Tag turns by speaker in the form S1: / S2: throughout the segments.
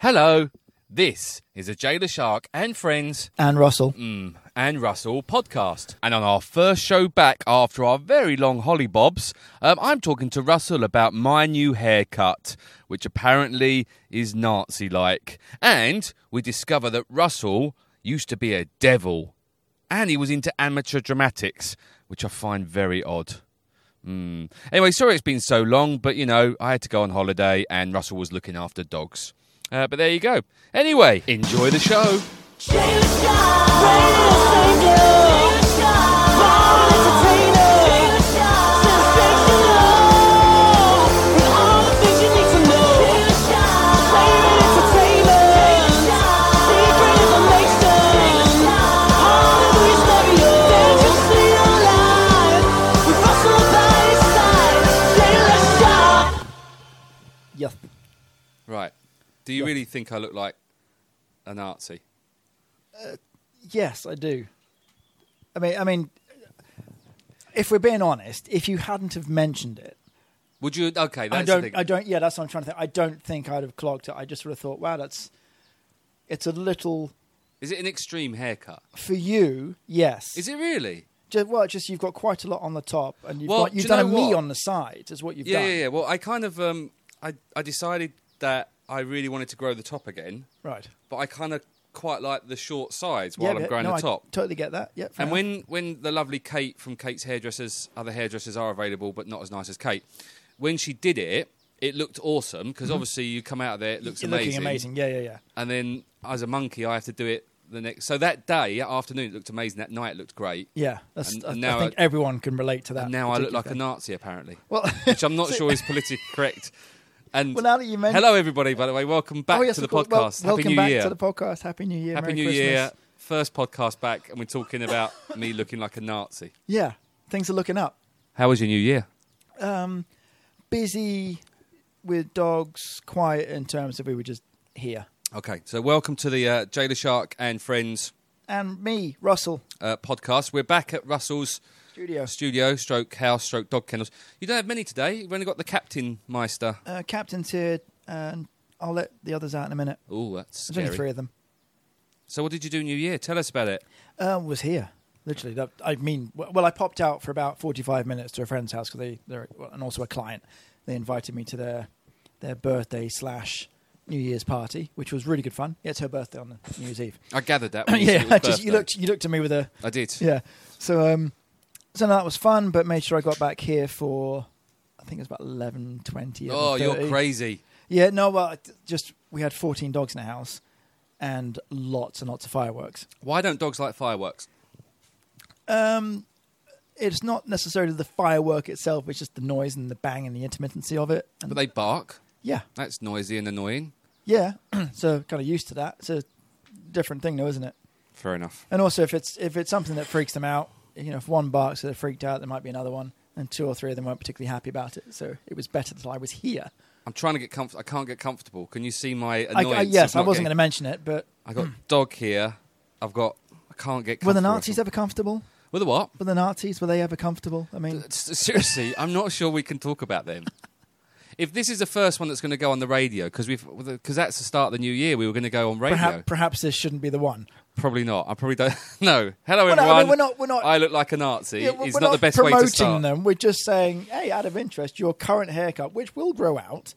S1: Hello, this is a Jailer Shark and Friends
S2: And Russell.
S1: Mm. and Russell podcast. And on our first show back after our very long hollybobs, um, I'm talking to Russell about my new haircut, which apparently is Nazi like. And we discover that Russell used to be a devil and he was into amateur dramatics, which I find very odd. Mm. Anyway, sorry it's been so long, but you know, I had to go on holiday and Russell was looking after dogs. Uh, but there you go. Anyway, enjoy the show.
S2: Yup.
S1: Right. Do you really think I look like a Nazi?
S2: Yes, I do. I mean, I mean, if we're being honest, if you hadn't have mentioned it,
S1: Would you? Okay, that's
S2: I
S1: the
S2: don't,
S1: thing.
S2: I don't. Yeah, that's what I'm trying to think. I don't think I'd have clogged it. I just would have thought, wow, that's. It's a little
S1: Is it an extreme haircut?
S2: for you. Yes.
S1: Is it really?
S2: Just, well, it's just you've got quite a lot on the top, and you've
S1: Well,
S2: got, you've
S1: do you
S2: done a
S1: know
S2: me
S1: what?
S2: on the side. Is what you've
S1: Yeah,
S2: done.
S1: yeah, yeah. Well, I kind of, um, I, I decided that I really wanted to grow the top again,
S2: Right.
S1: but I kind of quite like the short sides while
S2: yeah,
S1: I'm
S2: but-
S1: growing
S2: no,
S1: the top.
S2: I totally get that. Yeah. fair
S1: And
S2: enough.
S1: when, when the lovely Kate from Kate's hairdressers, other hairdressers are available, but not as nice as Kate, when she did it, it looked awesome because obviously you come out of there, it looks
S2: Mm-hmm. You're looking amazing. Yeah, yeah, yeah.
S1: and then as a monkey, I have to do it the next. So that day, that afternoon, it looked amazing. That night, it looked great.
S2: Yeah, that's,
S1: And-
S2: I-
S1: and
S2: I,
S1: now
S2: think
S1: I-
S2: everyone can relate to that.
S1: And now I look
S2: particular
S1: like a
S2: thing.
S1: Nazi, apparently,
S2: Well,
S1: which I'm not sure is politically correct. And
S2: Well, now that you mention-
S1: hello, everybody. By the way, welcome back
S2: Oh, yes,
S1: to the
S2: of course. Well,
S1: podcast.
S2: welcome
S1: Happy New
S2: back
S1: Year.
S2: to the podcast. Happy New Year.
S1: Happy
S2: Merry
S1: New
S2: Christmas.
S1: Year. First podcast back, and we're talking about me looking like a Nazi.
S2: Yeah, things are looking up.
S1: How was your New Year?
S2: Um, busy with dogs, quiet in terms of we were just here.
S1: Okay, so welcome to the uh, Jailer Shark and Friends
S2: And me, Russell,
S1: uh, podcast. We're back at Russell's
S2: studio.
S1: studio, stroke house, stroke dog kennels. You don't have many today. You've only got the Captain Meister.
S2: Uh, Captain's here, and I'll let the others out in a minute.
S1: Oh, that's
S2: There's only
S1: scary.
S2: three of them.
S1: So, what did you do New Year? Tell us about it.
S2: Uh, was here. Literally, that, I mean, w- well, I popped out for about forty-five minutes to a friend's house because they, they're, well, and also a client. They invited me to their their birthday slash New Year's party, which was really good fun. Yeah, it's her birthday on the New Year's Eve.
S1: I gathered that. When you said
S2: yeah,
S1: it was
S2: I just, you
S1: birthday.
S2: looked you looked at me with a
S1: I did.
S2: yeah. So um, so no, that was fun, but made sure I got back here for I think it was about eleven twenty.
S1: oh, you're
S2: 11:30.
S1: crazy.
S2: Yeah, no, well, I t- just we had fourteen dogs in the house, and lots and lots of fireworks.
S1: Why don't dogs like fireworks?
S2: Um, it's not necessarily the firework itself; it's just the noise and the bang and the intermittency of it. And
S1: But they bark.
S2: yeah,
S1: That's noisy and annoying.
S2: yeah. so kind of used to that. It's a different thing, though, isn't it?
S1: Fair enough.
S2: And also, if it's if it's something that freaks them out, you know, if one barks, they're freaked out. There might be another one, and two or three of them weren't particularly happy about it. So it was better that I was here.
S1: I'm trying to get comfortable. I can't get comfortable. Can you see my
S2: I,
S1: annoyance?
S2: I, yes, I wasn't going to
S1: going
S2: mention it, but
S1: to. I got dog here. I've got. I can't get.
S2: were the
S1: comfortable.
S2: Nazis ever comfortable?
S1: Were the what?
S2: Were the Nazis were they ever comfortable? I mean,
S1: S- Seriously, I'm not sure we can talk about them. If this is the first one that's going to go on the radio, because we've because that's the start of the new year, we were going to go on radio.
S2: perhaps perhaps this shouldn't be the one.
S1: Probably not. I probably don't. No. Hello,
S2: Well, no, I
S1: everyone.
S2: mean, we're not- we're not-
S1: I look like a Nazi.
S2: Yeah, we're
S1: is
S2: we're
S1: not, the best way
S2: promoting
S1: to start.
S2: them. We're just saying, hey, out of interest, your current haircut, which will grow out,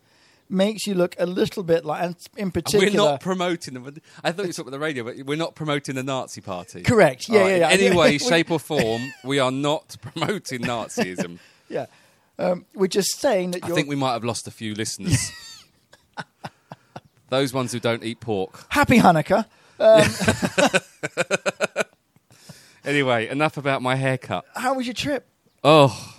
S2: makes you look a little bit like, and in particular,
S1: We're not promoting them. I thought you were talking about the radio, but we're not promoting the Nazi party.
S2: Correct. Yeah,
S1: All
S2: yeah, yeah.
S1: In any way,
S2: We-
S1: shape, or form, we are not promoting Nazism.
S2: yeah, um, we're just saying that
S1: I
S2: you're.
S1: think we might have lost a few listeners. Those ones who don't eat pork.
S2: Happy Hanukkah.
S1: Anyway, enough about my haircut.
S2: How was your trip?
S1: Oh,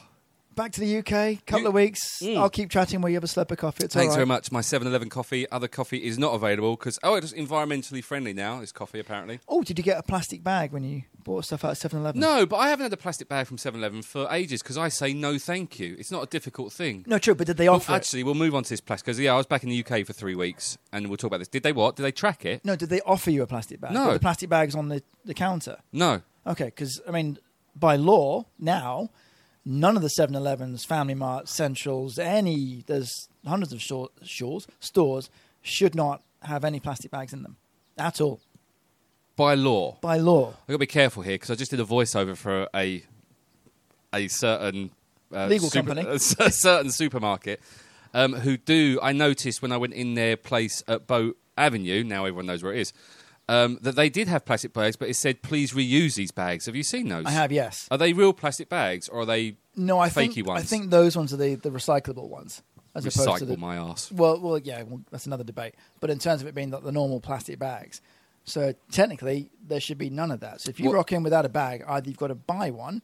S2: Back to the UK, couple of weeks. I'll keep chatting while you have a slip of coffee. It's
S1: Mm. thanks
S2: all
S1: very
S2: right.
S1: much. My 7 Eleven coffee, other coffee is not available because, oh, it's environmentally friendly now, is coffee apparently.
S2: Oh, did you get a plastic bag when you bought stuff out of 7 Eleven?
S1: No, but I haven't had a plastic bag from 7 Eleven for ages because I say no thank you. It's not a difficult thing.
S2: No, true, but did they
S1: Well,
S2: offer
S1: actually, we'll move on to this plastic because, yeah, I was back in the UK for three weeks and we'll talk about this. Did they what? Did they track it?
S2: it? No, did they offer you a plastic bag?
S1: No.
S2: Were the plastic bag's on the, the counter.
S1: No.
S2: Okay, because I mean, by law now, none of the 7-Elevens, Family Mart, Centrals, any there's hundreds of shor- shores stores should not have any plastic bags in them at all
S1: by law.
S2: by law.
S1: I've got to be careful here because I just did a voiceover for a a certain uh,
S2: Legal company.
S1: a cer- certain supermarket um, who do. I noticed when I went in their place at Boat Avenue. Now everyone knows where it is. Um, that they did have plastic bags, but it said please reuse these bags. Have you seen those?
S2: I have yes.
S1: Are they real plastic bags or are they
S2: No, I
S1: Uh, fakey
S2: think
S1: ones?
S2: I think those ones are the, the recyclable ones as opposed to
S1: recycle
S2: the
S1: my ass.
S2: Well, well, yeah, well, that's another debate. But in terms of it being like the normal plastic bags, so technically there should be none of that. So if you
S1: Well-
S2: rock in without a bag, either you've got to buy one,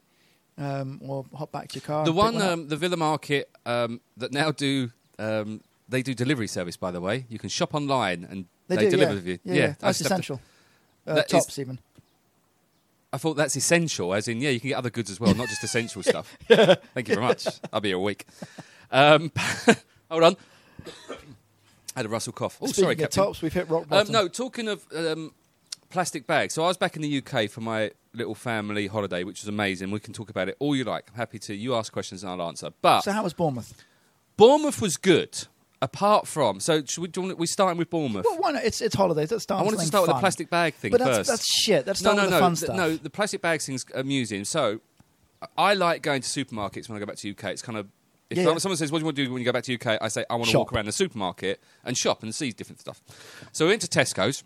S2: um, or hop back to your car.
S1: The
S2: and pick
S1: one,
S2: up.
S1: um, the Villa Market um, that now do um, they do delivery service. By the way, you can shop online and they,
S2: do,
S1: deliver
S2: yeah.
S1: with you.
S2: Yeah, yeah.
S1: I
S2: that's
S1: just have to-
S2: essential. Uh,
S1: That is-
S2: tops even.
S1: I thought that's essential, as in, yeah, you can get other goods as well, not just essential stuff. Thank you very much. I'll be here a week. Um, hold on. I had a Russell cough. Oh,
S2: Speaking
S1: sorry,
S2: of
S1: Captain.
S2: tops, we've hit rock
S1: Um,
S2: bottom.
S1: no, talking of um, plastic bags. So I was back in the UK for my little family holiday, which was amazing. We can talk about it all you like. I'm happy to. You ask questions and I'll answer. But
S2: So how was Bournemouth?
S1: Bournemouth was good, apart from. So should we, do you want, we're starting with Bournemouth.
S2: Well, why not? It's it's holidays. Let's start.
S1: I
S2: with
S1: wanted to
S2: something
S1: start with the
S2: fun.
S1: plastic bag thing
S2: But that's,
S1: first.
S2: that's shit. Let's start with the
S1: no,
S2: fun
S1: th-
S2: stuff.
S1: No, the plastic bags thing's amusing. So, I like going to supermarkets when I go back to UK. It's kind of if
S2: Yeah,
S1: someone-
S2: yeah.
S1: someone says, "What do you want to do when you go back to UK?" I say, "I want to
S2: Shop.
S1: walk around the supermarket and shop and see different stuff." So we went to Tesco's.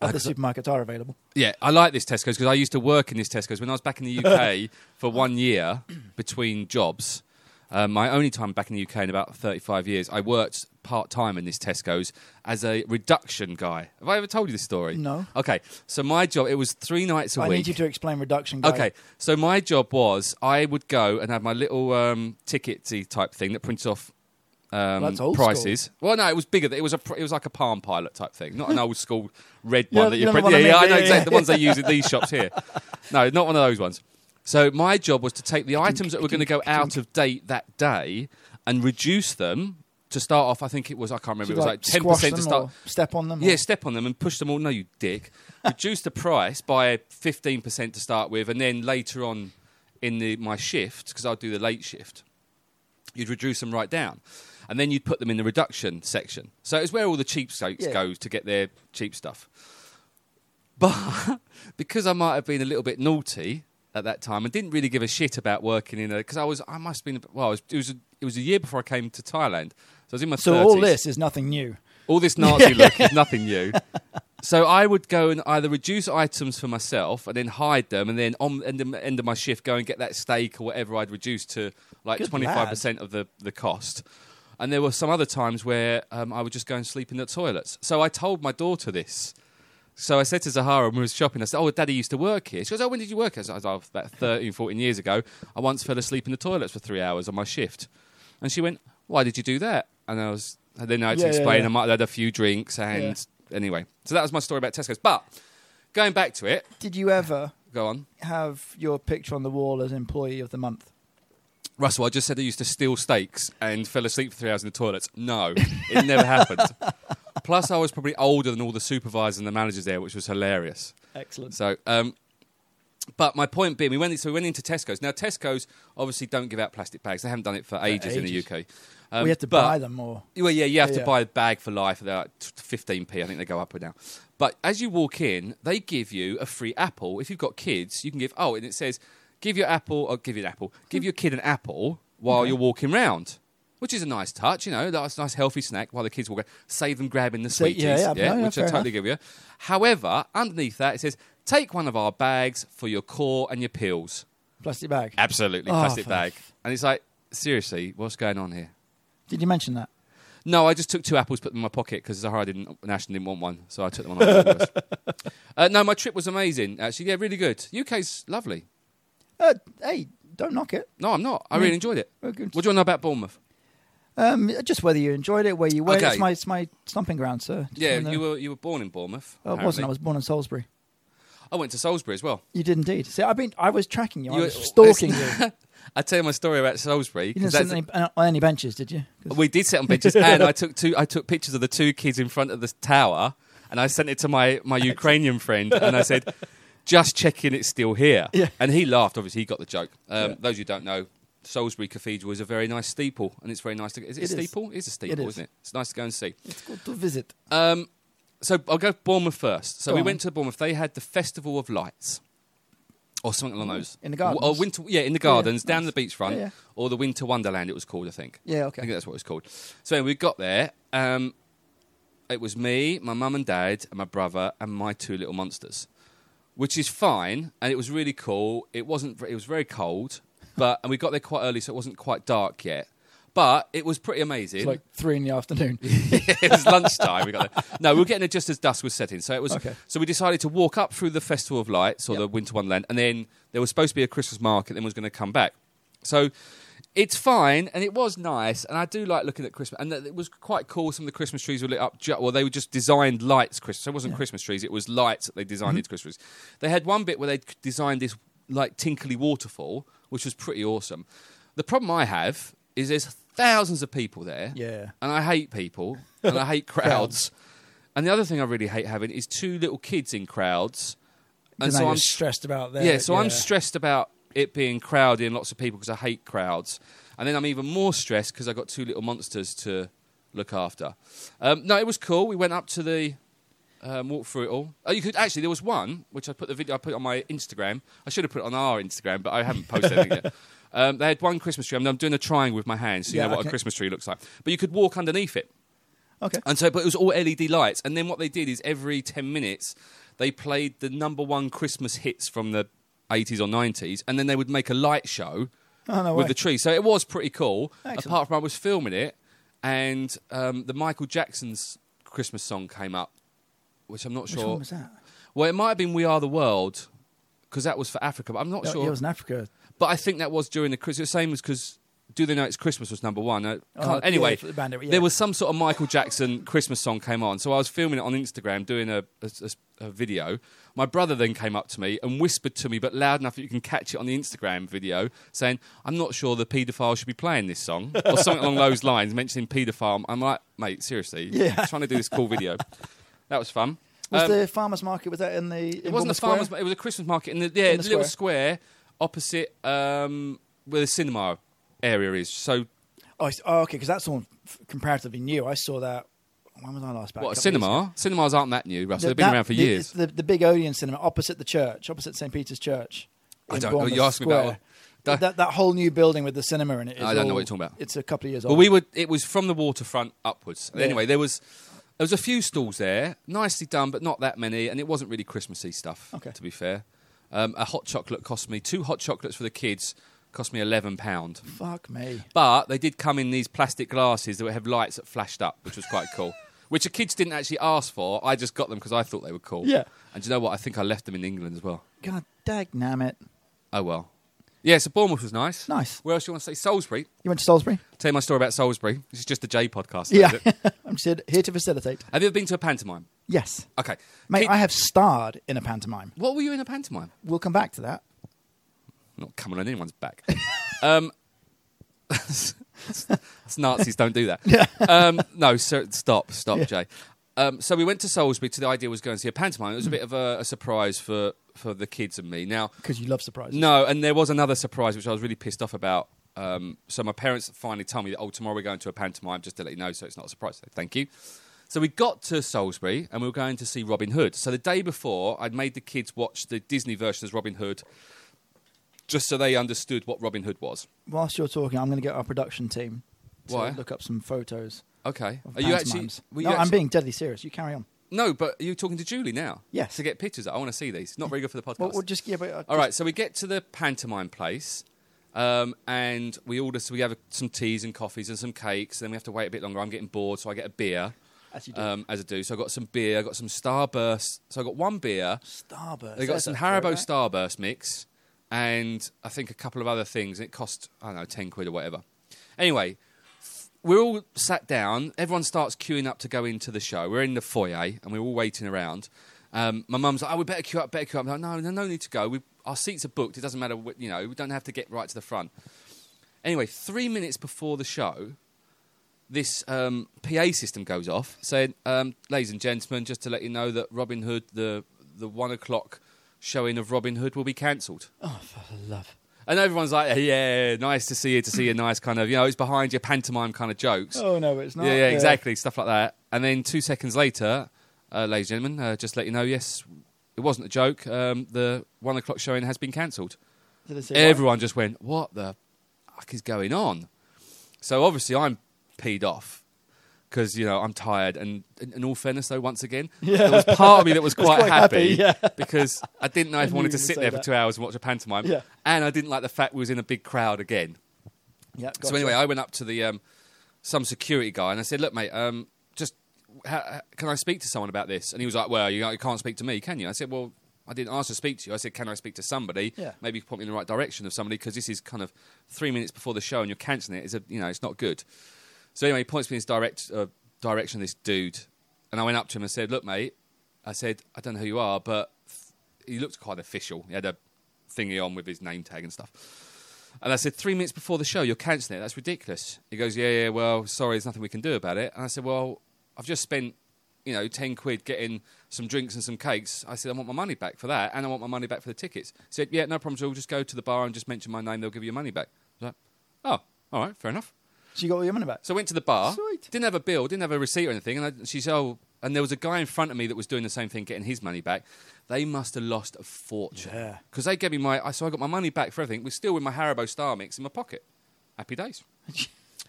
S2: Other supermarkets are available.
S1: Yeah, I like this Tesco's because I used to work in this Tesco's when I was back in the UK for one year between jobs. Um, my only time back in the UK in about 35 years, I worked part time in this Tesco's as a reduction guy. Have I ever told you this story?
S2: No.
S1: Okay, so my job, it was three nights a
S2: I
S1: week.
S2: need you to explain reduction. Guy.
S1: Okay, so my job was I would go and have my little um, tickety type thing that prints off um,
S2: Well, that's old
S1: prices. Well, no, it was bigger. than- It was a pr- it was like a palm pilot type thing, not an old school red
S2: You
S1: one
S2: know-
S1: that
S2: you
S1: you
S2: know
S1: print.
S2: the one
S1: Yeah,
S2: I
S1: yeah, I
S2: mean,
S1: know
S2: yeah,
S1: exactly
S2: yeah.
S1: the ones they use in these shops here. No, not one of those ones. So my job was to take the items that were going to go out of date that day and reduce them. To start off, I think it was I can't remember.
S2: So
S1: it was like
S2: like
S1: ten
S2: squash
S1: percent to
S2: them
S1: start.
S2: or step on them. or-
S1: Yeah, step on them and push them all. No, you dick. Reduce the price by fifteen percent to start with, and then later on in the my shift because I'll do the late shift. You'd reduce them right down, and then you'd put them in the reduction section. So it's where all the cheapskates
S2: Yeah.
S1: go to get their cheap stuff. But because I might have been a little bit naughty at that time and didn't really give a shit about working in a because I was I must have been well I was, it was a, it was a year before I came to Thailand. So I was in my
S2: So
S1: 30s.
S2: all this is nothing new.
S1: All this Nazi look is nothing new. So I would go and either reduce items for myself and then hide them, and then on end of, end of my shift go and get that steak or whatever I'd reduce to like
S2: Good
S1: twenty five percent of the, the cost. And there were some other times where um, I would just go and sleep in the toilets. So I told my daughter this. So I said to Zahara when we were shopping, I said, "Oh, Daddy used to work here." She goes, "Oh, when did you work?" here?" I said, "Oh, about 13, 14 years ago. I once fell asleep in the toilets for three hours on my shift." And she went, "Why did you do that?" And I was, and then I had
S2: Yeah,
S1: to
S2: yeah,
S1: explain.
S2: yeah.
S1: I might have had a few drinks, and anyway, so that was my story about Tesco's. But going back to it,
S2: Did you ever
S1: go on,
S2: have your picture on the wall as employee of the month?
S1: Russell. I just said I used to steal steaks and fell asleep for three hours in the toilets. No, it never happened. Plus, I was probably older than all the supervisors and the managers there, which was hilarious.
S2: Excellent.
S1: So, um, but my point being, we went so we went into Tesco's. Now, Tesco's obviously don't give out plastic bags. They haven't done it for ages,
S2: ages.
S1: in the UK. Um,
S2: we had to
S1: but-
S2: buy them or
S1: Well, yeah, you have
S2: Yeah,
S1: to
S2: yeah.
S1: buy a bag for life. They're like fifteen p. I think they go up now. But as you walk in, they give you a free apple. If you've got kids, you can give. Oh, and it says, give your apple or give you an apple. Give your kid an apple while you're walking round. Which is a nice touch, you know. That's a nice healthy snack while the kids walk. around. Save them grabbing the
S2: So, yeah,
S1: sweeties,
S2: yeah, no, yeah,
S1: which I
S2: fair
S1: totally give you. However, underneath that it says, "Take one of our bags for your core and your pills."
S2: plastic bag.
S1: Absolutely,
S2: Oh,
S1: plastic
S2: for-
S1: bag. And it's like, seriously, what's going on here?
S2: Did you mention that?
S1: No, I just took two apples, put them in my pocket because Zahara didn't, and Ashton didn't want one, so I took them on. afterwards. uh, no, my trip was amazing. Actually, yeah, really good. UK's lovely.
S2: Uh, hey, don't knock it.
S1: No, I'm not. I
S2: Mm.
S1: really enjoyed it.
S2: Well, good.
S1: What do you want to know about Bournemouth?
S2: Um, just whether you enjoyed it, where you were.
S1: Okay.
S2: It's my it's my stomping ground, sir. Just
S1: Yeah,
S2: wanna-
S1: you were you were born in Bournemouth.
S2: Oh, I
S1: apparently.
S2: wasn't. I was born in Salisbury.
S1: I went to Salisbury as well.
S2: You did indeed. See, I've been. I was tracking you.
S1: You-
S2: I was stalking you. You
S1: I tell you my story about Salisbury. 'cause
S2: didn't
S1: that's-
S2: sit on any, on any benches, did you? 'Cause-
S1: We did sit on pictures, and I took two. I took pictures of the two kids in front of the tower, and I sent it to my my Ukrainian friend, and I said, "Just checking, it's still here."
S2: Yeah.
S1: And he laughed. Obviously, he got the joke. Um, Those who don't know, Salisbury Cathedral is a very nice steeple, and it's very nice to. Is it, a
S2: It is.
S1: steeple? It's a steeple,
S2: is.
S1: is. not it? It's nice to go and see.
S2: It's good to visit.
S1: Um, so I'll go Bournemouth first. So
S2: Go
S1: we
S2: on.
S1: went to Bournemouth. They had the Festival of Lights, or something along those
S2: in the
S1: W- Or
S2: gardens?
S1: winter, yeah, in the
S2: Yeah, yeah,
S1: gardens down
S2: nice.
S1: the beachfront,
S2: Yeah, yeah.
S1: or the Winter Wonderland. It was called, I think.
S2: Yeah,
S1: I think
S2: okay.
S1: that's what it's called. So we got there. Um, it was me, my mum and dad, and my brother, and my two little monsters, which is fine, and it was really cool. It wasn't. It was very cold, but and we got there quite early, so it wasn't quite dark yet. But it was pretty amazing.
S2: It's like three in the afternoon.
S1: it was lunchtime. We got there. No, we were getting there just as dusk was setting. So it was.
S2: Okay.
S1: So we decided to walk up through the Festival of Lights or the Winter Wonderland, and then there was supposed to be a Christmas market. Then was going to come back. So it's fine, and it was nice, and I do like looking at Christmas, and it was quite cool. Some of the Christmas trees were lit up. Ju- well, they were just designed lights. Christmas. So it wasn't Christmas trees. It was lights that they designed into Christmas. trees. They had one bit where they designed this like tinkly waterfall, which was pretty awesome. The problem I have is there's thousands of people there
S2: Yeah.
S1: and I hate people and I hate crowds. And the other thing I really hate having is two little kids in crowds. And
S2: Then
S1: so
S2: I
S1: I'm
S2: was stressed about that.
S1: yeah, so I'm stressed about it being crowded and lots of people because I hate crowds. And then I'm even more stressed because I got two little monsters to look after. Um, no, it was cool. We went up to the um, walk through it all. Oh, you could actually. There was one which I put the video. I put it on my Instagram. I should have put it on our Instagram, but I haven't posted anything yet. Um, they had one Christmas tree. I'm, I'm doing a triangle with my hands, so you
S2: Yeah,
S1: know what
S2: okay.
S1: a Christmas tree looks like. But you could walk underneath it.
S2: Okay.
S1: And so, but it was all LED lights. And then what they did is every 10 minutes, they played the number one Christmas hits from the 80s or 90s. And then they would make a light show
S2: Oh, no
S1: with
S2: way.
S1: the tree. So it was pretty cool.
S2: Excellent.
S1: Apart from I was filming it, and um, the Michael Jackson's Christmas song came up, which I'm not
S2: Which
S1: sure.
S2: one was that?
S1: Well, it might have been We Are the World, because that was for Africa, but I'm not
S2: No,
S1: sure.
S2: It was in Africa.
S1: But I think that was during the Christmas. Same as because Do They Know It's Christmas was number one. I can't-
S2: Oh, yeah,
S1: anyway,
S2: for the band, yeah.
S1: there was some sort of Michael Jackson Christmas song came on. So I was filming it on Instagram, doing a, a- a- a video. My brother then came up to me and whispered to me, but loud enough that you can catch it on the Instagram video, saying, I'm not sure the paedophile should be playing this song, or something along those lines, mentioning paedophile. I'm like, mate, seriously,
S2: Yeah.
S1: I'm trying to do this cool video. That was fun.
S2: Was
S1: Um,
S2: the farmers market? Was that in the?
S1: it wasn't a farmer's market. It was a Christmas market in the, yeah,
S2: In the
S1: little square opposite um, where the cinema area is. So,
S2: Oh, I s- oh, okay, because that's all f- comparatively new. I saw that. When was I last back?
S1: what, a
S2: couple of years ago.
S1: cinema? Cinemas aren't that new, Russell. They've been
S2: That-
S1: around for
S2: the-
S1: years.
S2: The, the big Odeon cinema opposite the church, opposite St Peter's Church.
S1: I
S2: in
S1: don't know.
S2: Bournemouth
S1: You asked me
S2: Square.
S1: about- That-
S2: that that whole new building with the cinema in it. Is
S1: I don't know
S2: all-
S1: what you're talking about.
S2: It's a couple of years
S1: Well,
S2: old.
S1: we were. It was from the waterfront upwards.
S2: Yeah.
S1: Anyway, there was there was a few stalls there, nicely done, but not that many, and it wasn't really Christmassy stuff.
S2: Okay.
S1: To be fair, um, a hot chocolate cost me two hot chocolates for the kids. Cost me eleven pound.
S2: Fuck me.
S1: But they did come in these plastic glasses that would have lights that flashed up, which was quite cool. Which the kids didn't actually ask for. I just got them because I thought they were cool.
S2: Yeah.
S1: And do you know what? I think I left them in England as well.
S2: God damn it.
S1: Oh well. Yeah, so Bournemouth was nice.
S2: Nice.
S1: Where else do you want to say? Salisbury.
S2: You went to Salisbury?
S1: Tell you my story about Salisbury. This is just a J podcast.
S2: Yeah.
S1: is it?
S2: I'm just here, here to facilitate.
S1: have you ever been to a pantomime?
S2: Yes.
S1: Okay.
S2: Mate,
S1: Kid-
S2: I have starred in a pantomime.
S1: what were you in a pantomime?
S2: We'll come back to that.
S1: Not coming on anyone's back. um, us Nazis don't do that. Um, no, sir, stop, stop,
S2: Yeah.
S1: Jay. Um, so we went to Salisbury. To the idea was going to see a pantomime. It was a bit of a, a surprise for for the kids and me. Now,
S2: Because you love surprises.
S1: no, and there was another surprise which I was really pissed off about. Um, so my parents finally told me that oh tomorrow we're going to a pantomime just to let you know, so it's not a surprise. So thank you. So we got to Salisbury and we were going to see Robin Hood. So the day before, I'd made the kids watch the Disney version of Robin Hood, just so they understood what Robin Hood was.
S2: Whilst you're talking, I'm going to get our production team to
S1: Why?
S2: look up some photos.
S1: Okay.
S2: Of
S1: Are you actually?
S2: pantomimes.
S1: were
S2: no,
S1: you
S2: I'm
S1: actually-
S2: being deadly serious. You carry on.
S1: No, but are you talking to Julie now?
S2: Yes.
S1: To get pictures. I want to see these. Not very good for the podcast.
S2: Well, we'll just give it. a-
S1: All right, so we get to the pantomime place, um, and we order. So we have some teas and coffees and some cakes. Then we have to wait a bit longer. I'm getting bored, so I get a beer.
S2: As you do.
S1: Um, as I do, so I got some beer. I got some Starburst. So I got one beer.
S2: Starburst.
S1: They got
S2: There's
S1: some
S2: a
S1: Haribo
S2: throwback.
S1: Starburst mix, and I think a couple of other things. It cost I don't know ten quid or whatever. Anyway, we're all sat down. Everyone starts queuing up to go into the show. We're in the foyer and we're all waiting around. Um, my mum's like, "Oh, we better queue up, better queue up." I'm like, "No, no, no need to go. We, our seats are booked. It doesn't matter. wh- You know, we don't have to get right to the front." Anyway, three minutes before the show, this um, PA system goes off, saying, um, "Ladies and gentlemen, just to let you know that Robin Hood, the the one o'clock showing of Robin Hood, will be cancelled."
S2: Oh, for love.
S1: And everyone's like, yeah, nice to see you, to see you, nice kind of, you know, it's behind your pantomime kind of jokes.
S2: Oh no, it's not.
S1: yeah, yeah, exactly, stuff like that. And then two seconds later, uh, ladies and gentlemen, uh, just to let you know, yes, it wasn't a joke. Um, the one o'clock showing has been cancelled.
S2: Did I say what?
S1: Everyone just went, what the fuck is going on? So obviously I'm peed off because, you know, I'm tired. And in, in all fairness, though, once again, there was part of me that was quite,
S2: quite happy, yeah.
S1: because I didn't know if I
S2: knew
S1: wanted
S2: you
S1: to
S2: would
S1: sit
S2: say
S1: there for
S2: that.
S1: two hours and watch a pantomime.
S2: Yeah.
S1: And I didn't like the fact we was in a big crowd again.
S2: Yeah,
S1: So
S2: gotcha.
S1: anyway, I went up to the um, some security guy and I said, "Look, mate, um, just ha- ha- can I speak to someone about this?" And he was like, "Well, you, you can't speak to me, can you?" I said, "Well, I didn't ask to speak to you. I said, can I speak to somebody?
S2: Yeah.
S1: Maybe you can point me in the right direction of somebody because this is kind of three minutes before the show and you're cancelling it. It's a, you know, it's not good." So anyway, he points me in this direct uh, direction. This dude, and I went up to him and said, "Look, mate," I said, "I don't know who you are, but he looked quite official. He had a thingy on with his name tag and stuff." And I said, three minutes before the show, you're cancelling it. That's ridiculous. He goes, yeah, yeah, well, sorry, there's nothing we can do about it. And I said, well, I've just spent, you know, 10 quid getting some drinks and some cakes. I said, I want my money back for that, and I want my money back for the tickets. He said, yeah, no problem at all. Just go to the bar and just mention my name. They'll give you your money back. I was like, oh, all right, fair enough.
S2: so you got all your money back.
S1: So I went to the bar.
S2: Sweet.
S1: Didn't have a bill, didn't have a receipt or anything. And I, she said, oh, and there was a guy in front of me that was doing the same thing, getting his money back. They must have lost a fortune.
S2: Yeah.
S1: Because they gave me my, I- so I got my money back for everything. We're still with my Haribo Star Mix in my pocket. Happy days.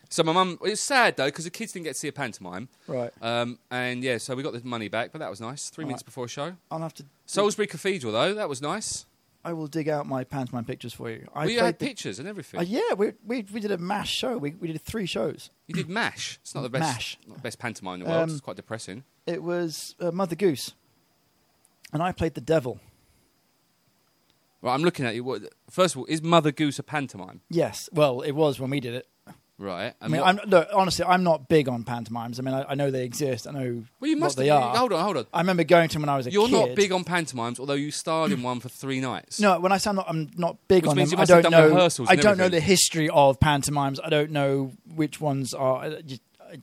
S1: so my mum, it was sad though, because the kids didn't get to see a pantomime.
S2: Right.
S1: Um, and yeah, so we got the money back, but that was nice. Three
S2: All
S1: minutes
S2: right.
S1: before show.
S2: I'll have to.
S1: Salisbury Cathedral though, that was nice.
S2: I will dig out my pantomime pictures for you. I
S1: Well, you had
S2: played the-
S1: pictures and everything.
S2: Uh, yeah, we, we we did a mash show. We we did three shows.
S1: you did MASH. It's not the best,
S2: Mash.
S1: Not the best pantomime in the world.
S2: Um,
S1: it's quite depressing.
S2: It was uh, Mother Goose, and I played the devil.
S1: Right, I'm looking at you. What- First of all, is Mother Goose a pantomime?
S2: Yes, well, it was when we did it.
S1: Right.
S2: I
S1: and
S2: mean,
S1: what-
S2: I'm, look, honestly, I'm not big on pantomimes. I mean, I, I know they exist. I know
S1: well, you
S2: what
S1: must.
S2: they
S1: have,
S2: are.
S1: Hold on, hold on.
S2: I remember going to them when I was a
S1: You're
S2: kid.
S1: not big on pantomimes, although you starred in one for three nights.
S2: No, when I say I'm not, I'm not big
S1: Which
S2: on
S1: means
S2: them.
S1: you must
S2: I
S1: have
S2: don't
S1: done
S2: know.
S1: rehearsals
S2: I
S1: and
S2: don't know the
S1: everything.
S2: history of pantomimes. I don't know which ones are. I just-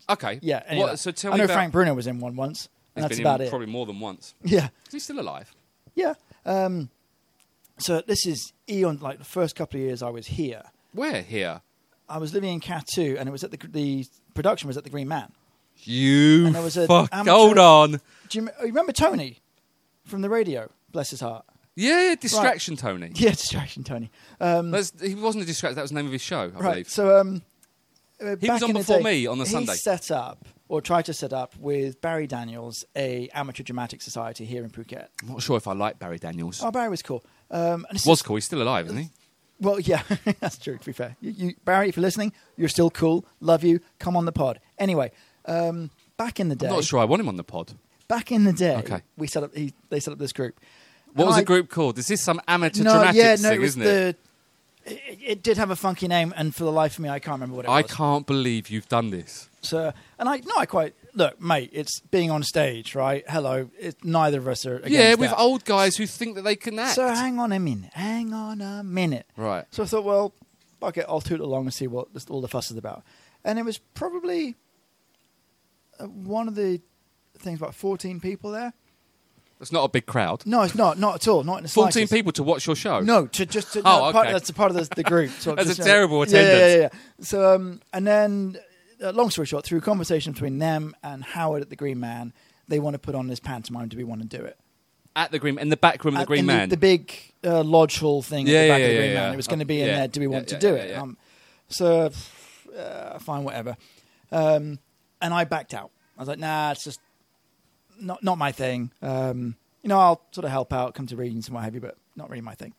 S2: I-
S1: Okay.
S2: Yeah. any of
S1: What,
S2: that.
S1: so tell
S2: I
S1: me
S2: know
S1: about.
S2: Frank Bruno was in one once. And
S1: he's
S2: that's
S1: been
S2: about
S1: in
S2: it.
S1: Probably more than once.
S2: Yeah.
S1: Is he still alive?
S2: Yeah. Um, so this is eon like the first couple of years I was here.
S1: Where here?
S2: I was living in Catu, and it was at the the production was at the Green Man.
S1: You
S2: And there was a
S1: fuck.
S2: amateur-
S1: Hold on.
S2: Do you, rem- you remember Tony from the radio? Bless his heart.
S1: Yeah, yeah, distraction, Tony.
S2: Yeah, distraction, Tony. Um,
S1: That's, he wasn't a distraction. That was the name of his show, I
S2: right.
S1: believe.
S2: So um, uh,
S1: He
S2: back
S1: was on
S2: in the
S1: before
S2: day,
S1: me on the
S2: he
S1: Sunday.
S2: set up or tried to set up with Barry Daniels a amateur dramatic society here in Phuket.
S1: I'm not sure if I like Barry Daniels.
S2: Oh, Barry was cool. Um, and it's
S1: was cool. He's still alive, isn't he?
S2: Well, yeah, that's true. To be fair, you, you, Barry, if you're listening, you're still cool. Love you. Come on the pod. Anyway, um, back in the day,
S1: I'm not sure I want him on the pod.
S2: back in the day,
S1: Okay.
S2: we set up. He, they set up this group.
S1: What
S2: And
S1: was
S2: I-
S1: the group called? Is this some amateur
S2: No,
S1: dramatics
S2: yeah, no,
S1: thing,
S2: it was
S1: isn't it?
S2: the. It, it did have a funky name, and for the life of me, I can't remember what it
S1: I
S2: was.
S1: can't believe you've done this.
S2: So, and I no, I quite look, mate. It's being on stage, right? Hello, it, neither of us are. Against
S1: yeah, with
S2: that.
S1: old guys who think that they can act.
S2: So hang on a minute. Hang on a minute.
S1: Right.
S2: So I thought, well, fuck it, I'll toot along and see what this, all the fuss is about. And it was probably uh, one of the things about 14 people there.
S1: It's not a big crowd.
S2: No, it's not. Not at all. Not in the
S1: 14
S2: slightest.
S1: people to watch your show.
S2: No, to just to,
S1: Oh,
S2: no, part,
S1: okay.
S2: that's a part of the, the group. So
S1: That's
S2: just,
S1: a
S2: uh,
S1: terrible
S2: yeah, Yeah, yeah,
S1: attendance.
S2: yeah. So um, and then, uh, long story short, through conversation between them and Howard at the Green Man, they want to put on this pantomime. Do we want to do it?
S1: At the Green in the back room of the
S2: At-
S1: Green
S2: in
S1: Man.
S2: The, big uh, lodge hall thing
S1: Yeah,
S2: at the back
S1: yeah,
S2: of the
S1: yeah,
S2: Green
S1: yeah. Uh,
S2: Man. It was going to be in
S1: Yeah,
S2: there. Do we
S1: yeah,
S2: want
S1: yeah,
S2: to do
S1: yeah,
S2: it?
S1: yeah.
S2: Um, so, uh, fine, whatever. Um, and I backed out. I was like, nah, it's just not not my thing. Um, you know, I'll sort of help out, come to readings and what have you, but not really my thing.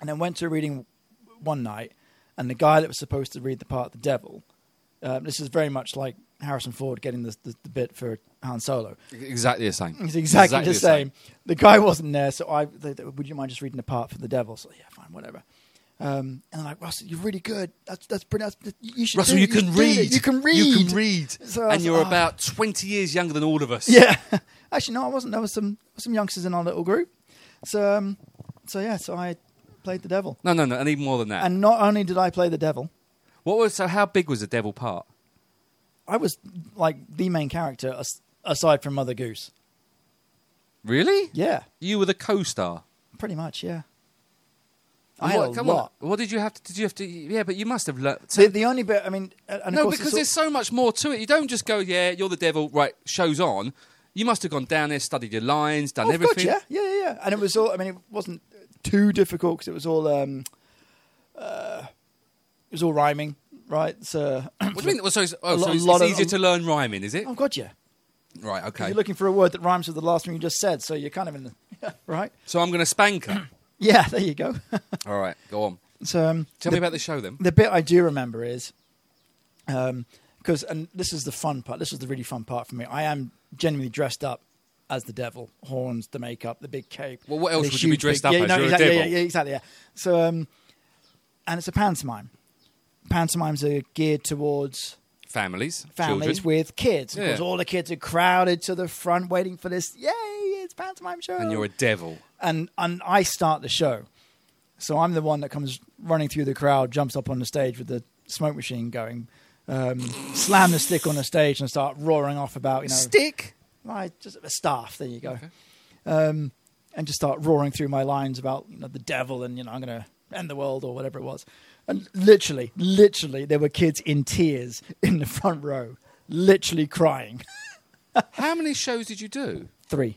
S2: And then went to a reading one night, and the guy that was supposed to read the part of the devil, um, this is very much like Harrison Ford getting the, the, the bit for Han Solo.
S1: exactly the same.
S2: It's exactly, the same. The guy wasn't there, so I. They, they- would you mind just reading the part for the devil? So yeah, fine, whatever. Um, and I'm like, Russell, you're really good. That's that's brilliant. That's, you should
S1: Russell,
S2: do-
S1: you
S2: should
S1: can
S2: do this.
S1: read.
S2: You can read.
S1: You can read.
S2: So I
S1: and
S2: was
S1: you're
S2: like, oh.
S1: about 20 years younger than all of us.
S2: Yeah. Actually, no, I wasn't. There was some some youngsters in our little group. So um, so yeah, so I played the devil,
S1: No, no, no, and even more than that.
S2: and not only did I play the devil,
S1: what was so? How big was the devil part?
S2: I was like the main character as, aside from Mother Goose.
S1: Really?
S2: Yeah,
S1: You were the co-star.
S2: pretty much. Yeah. I had
S1: what,
S2: a
S1: come on.
S2: lot.
S1: What did you have to? Did you have to? Yeah, but you must have learned.
S2: The, the only bit, I mean, uh, and of
S1: no,
S2: course
S1: because
S2: it's all-
S1: there's so much more to it. You don't just go, yeah, you're the devil. Right, shows on. You must have gone down there, studied your lines, done
S2: Oh, of course,
S1: everything.
S2: yeah, yeah, yeah, yeah. And it was all. I mean, it wasn't too difficult because it was all. Um, uh, it was all rhyming, right? So,
S1: What do you mean? Well, so it's,
S2: A
S1: oh,
S2: lot-
S1: so
S2: a
S1: it's,
S2: lot
S1: it's
S2: of- um,
S1: easier to learn rhyming, is it?
S2: oh god, yeah.
S1: 'Cause Right.
S2: 'Cause
S1: Okay.
S2: You're looking for a word that rhymes with the last one you just said, so you're kind of in the right.
S1: so I'm going to spank her.
S2: Yeah, there you go.
S1: All right. Go on.
S2: so, um,
S1: Tell me about the show then.
S2: the bit I do remember is because and this is the fun part. This is the really fun part for me. I am genuinely dressed up as the devil, horns, the makeup, the big cape.
S1: Well, what else
S2: this
S1: would you be
S2: huge
S1: dressed
S2: big-
S1: up
S2: yeah,
S1: as?
S2: no,
S1: You're a
S2: exactly,
S1: devil.
S2: Yeah, yeah, exactly. Yeah. So, um, and it's a pantomime. Pantomimes are geared towards
S1: Families,
S2: families
S1: children,
S2: with kids.
S1: Yeah.
S2: Because all the kids are crowded to the front, waiting for this. Yay! It's pantomime show
S1: and you're a devil.
S2: and and I start the show. So I'm the one that comes running through the crowd, jumps up on the stage with the smoke machine going, um, slam the stick on the stage, and start roaring off about you know
S1: Stick.
S2: my just a staff. There you go, um, and just start roaring through my lines about you know the devil and you know I'm gonna end the world or whatever it was. And literally, literally, there were kids in tears in the front row, literally crying.
S1: How many shows did you do
S2: Three.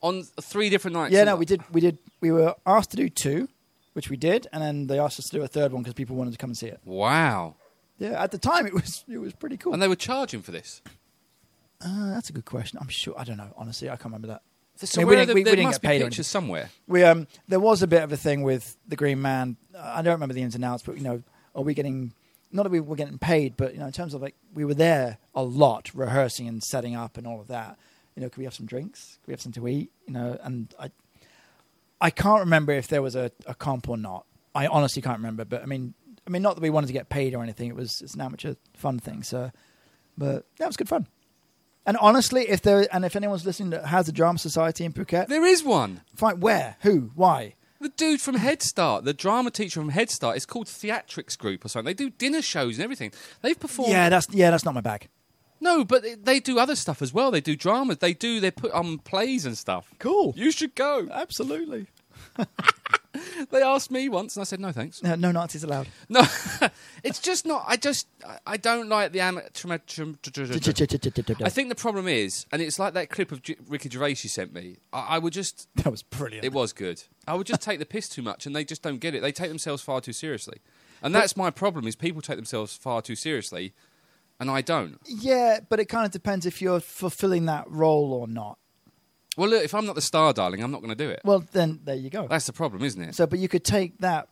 S1: on three different nights?
S2: Yeah, no, we did. We did. We were asked to do two, which we did, and then they asked us to do a third one because people wanted to come and see it.
S1: Wow.
S2: Yeah, at the time it was it was pretty cool.
S1: And they were charging for this.
S2: uh, that's a good question. I'm sure. I don't know. Honestly, I can't remember that.
S1: So
S2: I mean,
S1: where
S2: we
S1: are
S2: didn't-
S1: the-
S2: we- we
S1: there
S2: didn't
S1: must be
S2: get paid or anything.
S1: pictures somewhere.
S2: We um, there was a bit of a thing with the Green Man. Uh, I don't remember the ins and outs, but you know, are we getting? Not that we were getting paid, but you know, in terms of like we were there a lot rehearsing and setting up and all of that. You know, could we have some drinks? Could we have something to eat? You know, and I, I can't remember if there was a, a comp or not. I honestly can't remember, but I mean, I mean, not that we wanted to get paid or anything. It was it's an amateur fun thing, so. But that was good fun. And honestly, if there and if anyone's listening that has a drama society in Phuket,
S1: There is one.
S2: Fight where? Who? Why?
S1: The dude from Head Start, the drama teacher from Head Start, it's called Theatrics Group or something. They do dinner shows and everything. They've performed.
S2: Yeah, that's yeah, that's not my bag.
S1: No, but they- they do other stuff as well. They do dramas. They do. They put on plays and stuff.
S2: Cool.
S1: You should go.
S2: Absolutely.
S1: They asked me once, and I said no, thanks.
S2: No, no Nazis allowed.
S1: No, it's just not. I just I- I don't like the amateur.
S2: That
S1: I think the problem is, and it's like that clip of G- Ricky Gervais you sent me. I, I would just
S2: was brilliant.
S1: It was good. I would just take the piss too much, and they just don't get it. They take themselves far too seriously, and that's my problem. Is people take themselves far too seriously, and I don't.
S2: Yeah, but it kind of depends if you're fulfilling that role or not.
S1: Well, look, if I'm not the star, darling, I'm not going to do it.
S2: Well, then there you go.
S1: That's the problem, isn't it?
S2: So, but you could take that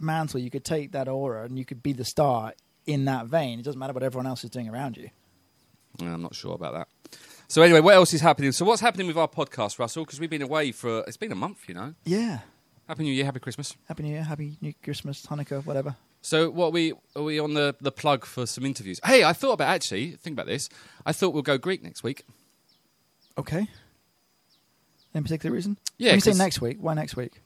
S2: mantle, you could take that aura, and you could be the star in that vein. It doesn't matter what everyone else is doing around you.
S1: Yeah, I'm not sure about that. So anyway, what else is happening? So what's happening with our podcast, Russell? Because we've been away for it's been a month, you know.
S2: Yeah.
S1: Happy New Year, Happy Christmas.
S2: Happy New Year, Happy New Christmas, Hanukkah, whatever.
S1: So what are we are we on the the plug for some interviews? Hey, I thought about actually think about this. I thought we'll go Greek next week.
S2: Okay. Any particular reason?
S1: Yeah,
S2: When you say
S1: 'cause-
S2: next week, why next week?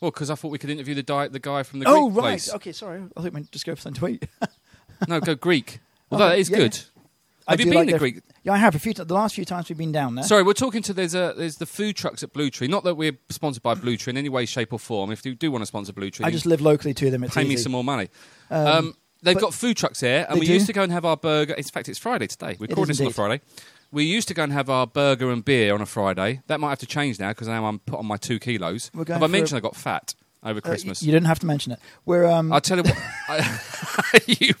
S1: Well, because I thought we could interview the, di- the guy from the
S2: oh,
S1: Greek
S2: right.
S1: place.
S2: Okay, sorry. I thought you meant just go for some tweet.
S1: No, go Greek.
S2: Oh,
S1: Although that is
S2: yeah.
S1: good.
S2: I
S1: Have you
S2: do
S1: been
S2: like
S1: to
S2: their-
S1: Greek?
S2: Yeah, I have a few. T- the last few times we've been down there.
S1: Sorry, we're talking to there's a there's the food trucks at Blue Tree. Not that we're sponsored by Blue Tree in any way, shape, or form. If you do want to sponsor Blue Tree,
S2: I just live locally to them. It's
S1: pay me
S2: easy.
S1: some more money. Um, they've
S2: but-
S1: got food trucks here, and
S2: They
S1: we
S2: do?
S1: used to go and have our burger. In fact, it's Friday today. We're
S2: It
S1: recording
S2: is
S1: this on a
S2: indeed.
S1: Friday. We used to go and have our burger and beer on a Friday. That might have to change now because now I'm put on my two kilos.
S2: We're going
S1: Have I
S2: for a-
S1: mentioned I got fat over
S2: Uh, y-
S1: Christmas?
S2: you didn't have to mention it. We're um.
S1: I'll tell you what. I, you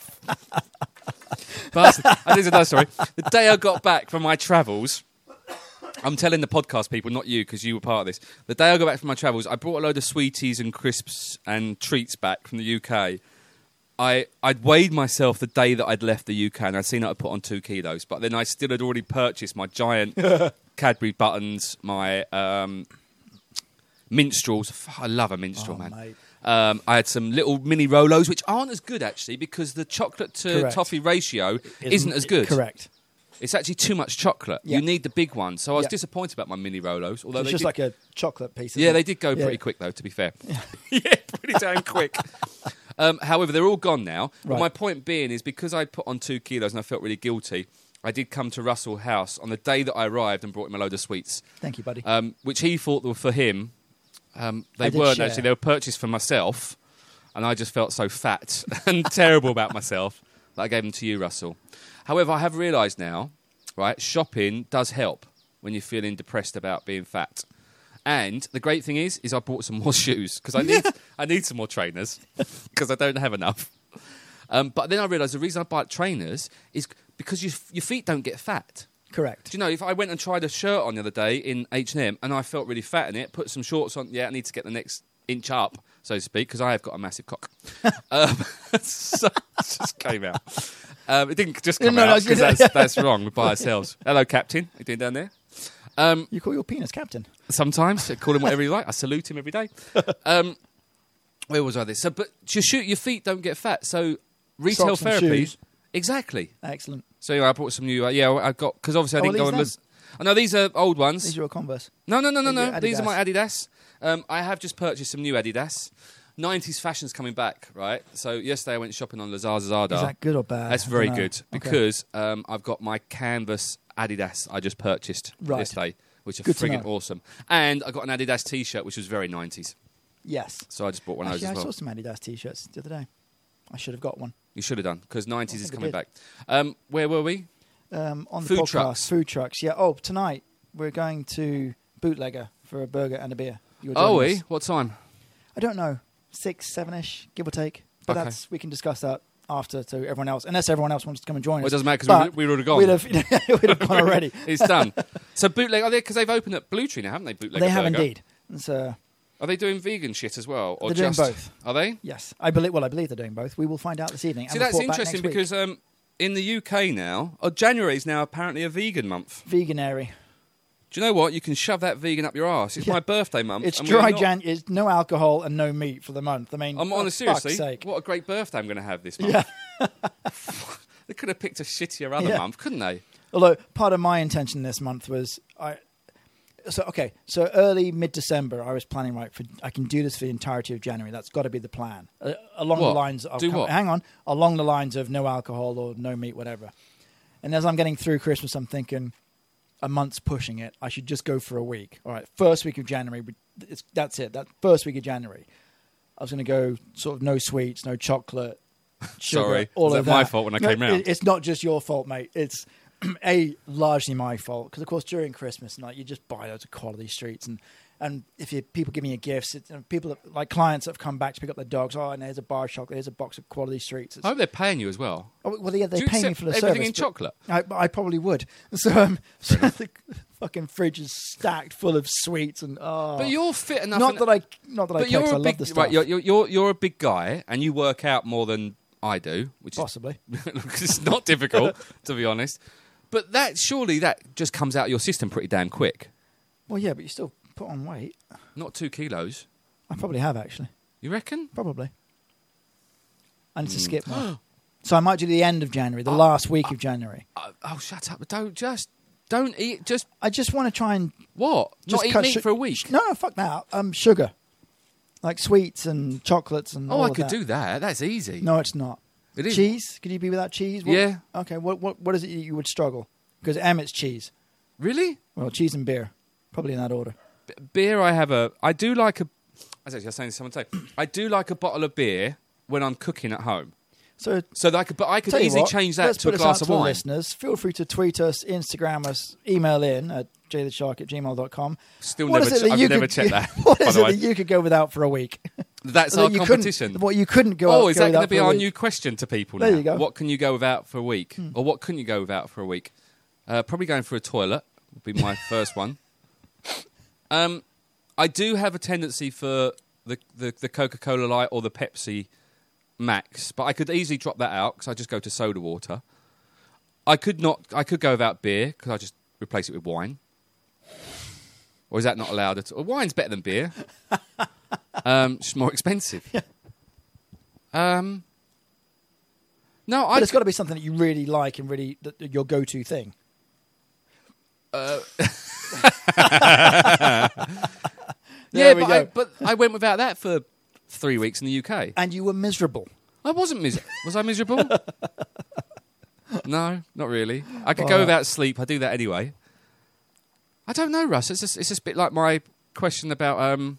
S1: bastard. And here's another story. The day I got back from my travels, I'm telling the podcast people, not you, because you were part of this. The day I got back from my travels, I brought a load of sweeties and crisps and treats back from the UK. I, I'd weighed myself the day that I'd left the UK and I'd seen that I put on two kilos, but then I still had already purchased my giant Cadbury buttons, my um, minstrels. F- I love a minstrel,
S2: Oh,
S1: man.
S2: mate.
S1: Um, I had some little mini Rolos, which aren't as good actually, because the chocolate to
S2: Correct.
S1: toffee ratio isn't as good.
S2: Correct.
S1: It's actually too much chocolate.
S2: Yeah.
S1: You need the big one. So I was
S2: Yeah.
S1: disappointed about my mini Rolos. Although
S2: It's
S1: they
S2: just
S1: did,
S2: like a chocolate piece. isn't
S1: yeah,
S2: it?
S1: they did go
S2: Yeah.
S1: pretty quick though. To be fair, yeah, pretty damn quick. Um, however, they're all gone now. But
S2: Right.
S1: my point being is because I put on two kilos and I felt really guilty. I did come to Russell House on the day that I arrived and brought him a load of sweets
S2: Thank you, buddy.
S1: um, which he thought were for him. Um, they
S2: I did
S1: weren't
S2: share.
S1: actually. They were purchased for myself, and I just felt so fat and terrible about myself that I gave them to you, Russell. However, I have realised now, right? Shopping does help when you're feeling depressed about being fat. And the great thing is, is I bought some more shoes because I need I need some more trainers because I don't have enough. Um, but then I realised the reason I buy trainers is because your your feet don't get fat.
S2: Correct.
S1: Do you know if I went and tried a shirt on the other day in H and M and I felt really fat in it, put some shorts on. Yeah, I need to get the next inch up, so to speak, because I have got a massive cock. um, so it just came out. Um, it didn't just come
S2: No, no,
S1: out
S2: it's good.
S1: 'cause that's, that's wrong. We're by ourselves. Hello, Captain. What you doing down there? Um,
S2: You call your penis captain.
S1: sometimes I call him whatever you like. I salute him every day. Um, where was I? This. So, but your shoot, your feet don't get fat. So retail
S2: Socks and
S1: therapy.
S2: shoes.
S1: Exactly.
S2: Excellent.
S1: So anyway, I bought some new. Uh, yeah, I got because obviously I
S2: Oh,
S1: didn't
S2: are
S1: go
S2: these
S1: and
S2: them?
S1: listen. I know these are old ones.
S2: These are your Converse.
S1: no, no, no, no,
S2: are
S1: no.
S2: your
S1: These are
S2: Adidas.
S1: my Adidas. Um, I have just purchased some new Adidas. 90s fashion's coming back, right? So yesterday I went shopping on Lazada. Zada.
S2: Is that good or bad?
S1: That's
S2: I
S1: very
S2: dunno.
S1: good
S2: Okay.
S1: because um, I've got my canvas Adidas I just purchased
S2: Right.
S1: this day, which are
S2: Good to
S1: friggin'
S2: know.
S1: awesome. And I got an Adidas T-shirt which was very 90s,
S2: Yes.
S1: so I just bought one
S2: Actually,
S1: of
S2: I
S1: those as
S2: saw
S1: well.
S2: some Adidas t-shirts the other day. I should have got one.
S1: You should have done because 90s is
S2: think I
S1: coming
S2: did.
S1: back. Um, where were we?
S2: Um, on the
S1: Food
S2: podcast,
S1: trucks.
S2: food trucks. Yeah. Oh, tonight we're going to Bootlegger for a burger and a beer. You're
S1: Oh,
S2: joining
S1: we?
S2: us.
S1: What time?
S2: I don't know, six, seven-ish, give or take. But
S1: Okay.
S2: that's we can discuss that after to everyone else, unless everyone else wants to come and join
S1: Well, it
S2: us.
S1: doesn't matter because
S2: But
S1: we, we already gone.
S2: We'd have, we'd have gone already.
S1: It's done. so bootleg, are they? Because they've opened up Blue Tree now, haven't they? Bootleg.
S2: they have indeed. And so
S1: Are they doing vegan shit as well, or
S2: They're doing
S1: just
S2: both.
S1: Are they?
S2: yes, I believe. Well, I believe they're doing both. We will find out this evening.
S1: See,
S2: and
S1: that's
S2: report back
S1: interesting
S2: next week.
S1: because um, in the UK now, oh, January is now apparently a vegan month.
S2: veganary.
S1: Do you know what? You can shove that vegan up your ass. It's
S2: Yeah.
S1: my birthday month.
S2: It's
S1: and we're
S2: dry
S1: not-
S2: Jan. It's no alcohol and no meat for the month. I mean,
S1: I'm
S2: for
S1: honest,
S2: fuck's
S1: seriously.
S2: sake.
S1: What a great birthday I'm going to have this month.
S2: Yeah.
S1: They could have picked a shittier other
S2: Yeah.
S1: month, couldn't they?
S2: Although part of my intention this month was I. So okay, so early mid December, I was planning right for I can do this for the entirety of January. That's got to be the plan. Uh, along
S1: What?
S2: the lines of
S1: Do what?
S2: hang on, along the lines of no alcohol or no meat, whatever. And as I'm getting through Christmas, I'm thinking a month's pushing it. I should just go for a week. All right, first week of January. we- It's, that's it. That first week of January, I was going to go sort of no sweets, no chocolate. Sugar,
S1: Sorry.
S2: all
S1: Was
S2: of
S1: that my
S2: that.
S1: fault when I
S2: No,
S1: came
S2: it-
S1: round?
S2: it's not just your fault, mate. It's a largely my fault because, of course, during Christmas night, you just buy loads of quality streets and. And if you, people giving you gifts, it's, and people that, like clients that have come back to pick up their dogs, oh, and there's a bar of chocolate, there's a box of quality streets. It's,
S1: I hope they're paying you as well.
S2: oh, well, yeah, they
S1: Do you
S2: pay me
S1: accept
S2: for the
S1: everything
S2: service.
S1: in
S2: but
S1: chocolate?
S2: I, I probably would. So, um, so the fucking fridge is stacked full of sweets and oh,
S1: But you're fit enough.
S2: not
S1: and-
S2: that I not that I
S1: but
S2: care
S1: you're
S2: 'cause
S1: a
S2: I love
S1: big
S2: the stuff.
S1: right. You're, you're you're you're a big guy, and you work out more than I do, which is
S2: Possibly,
S1: it's not difficult to be honest. But that surely that just comes out of your system pretty damn quick.
S2: well, yeah, but you still put on weight.
S1: Not two kilos,
S2: I probably have actually.
S1: you reckon?
S2: Probably. I
S1: Hmm.
S2: need to skip one. so I might do the end of January,
S1: Ah.
S2: the last week of January.
S1: Oh, oh, shut up! Don't just don't eat. Just
S2: I just want to try and
S1: what?
S2: just
S1: not eat
S2: cut
S1: meat
S2: su-
S1: for a week.
S2: No, no, fuck that. Um, sugar, like sweets and chocolates and.
S1: oh,
S2: all
S1: I
S2: of
S1: could
S2: that.
S1: do that. That's easy.
S2: No, it's not.
S1: It is.
S2: Cheese? Could you be without cheese? What-
S1: Yeah.
S2: Okay. What what what is it you would struggle? Because M, it's cheese.
S1: Really?
S2: Well, cheese and beer, probably in that order.
S1: B- beer. I have a. I do like a. I was actually saying this someone today. I do like a bottle of beer when I'm cooking at home.
S2: So
S1: So that I could, but I could
S2: Tell you
S1: easily
S2: what,
S1: change that
S2: let's
S1: to a
S2: put
S1: glass
S2: this out
S1: of
S2: to the
S1: wine.
S2: Listeners, feel free to tweet us, Instagram us, email in at jtheshark at gmail.com.
S1: Still
S2: What
S1: never
S2: is it
S1: che-
S2: that
S1: I've
S2: you
S1: never
S2: could-
S1: checked that,
S2: What
S1: by
S2: is
S1: the
S2: it
S1: way.
S2: that you could go without for a week?
S1: That's
S2: That
S1: our
S2: you couldn't-
S1: competition.
S2: What you couldn't go.
S1: Oh,
S2: out,
S1: is
S2: go
S1: that going to
S2: without
S1: be
S2: for a
S1: our
S2: week.
S1: new question to people now?
S2: There you go. Hmm.
S1: What can you go without for a week? Or what couldn't you go without for a week? Uh, probably going for a toilet would be my first one. Um, I do have a tendency for the, the, the Coca Cola Light or the Pepsi Max, but I could easily drop that out because I just go to soda water. I could not. I could go without beer because I just replace it with wine. Or is that not allowed at all? Wine's better than beer. um, it's more expensive. Um, no, I
S2: But it's got to be something that you really like and really that, that your go-to thing.
S1: yeah,
S2: There we
S1: but I,
S2: go.
S1: but I went without that for three weeks in the UK.
S2: And you were miserable.
S1: I wasn't mis- was I miserable? no, not really. I could go
S2: Well- uh,
S1: without sleep. I do that anyway. I don't know, Russ. It's just, it's just a bit like my question about um,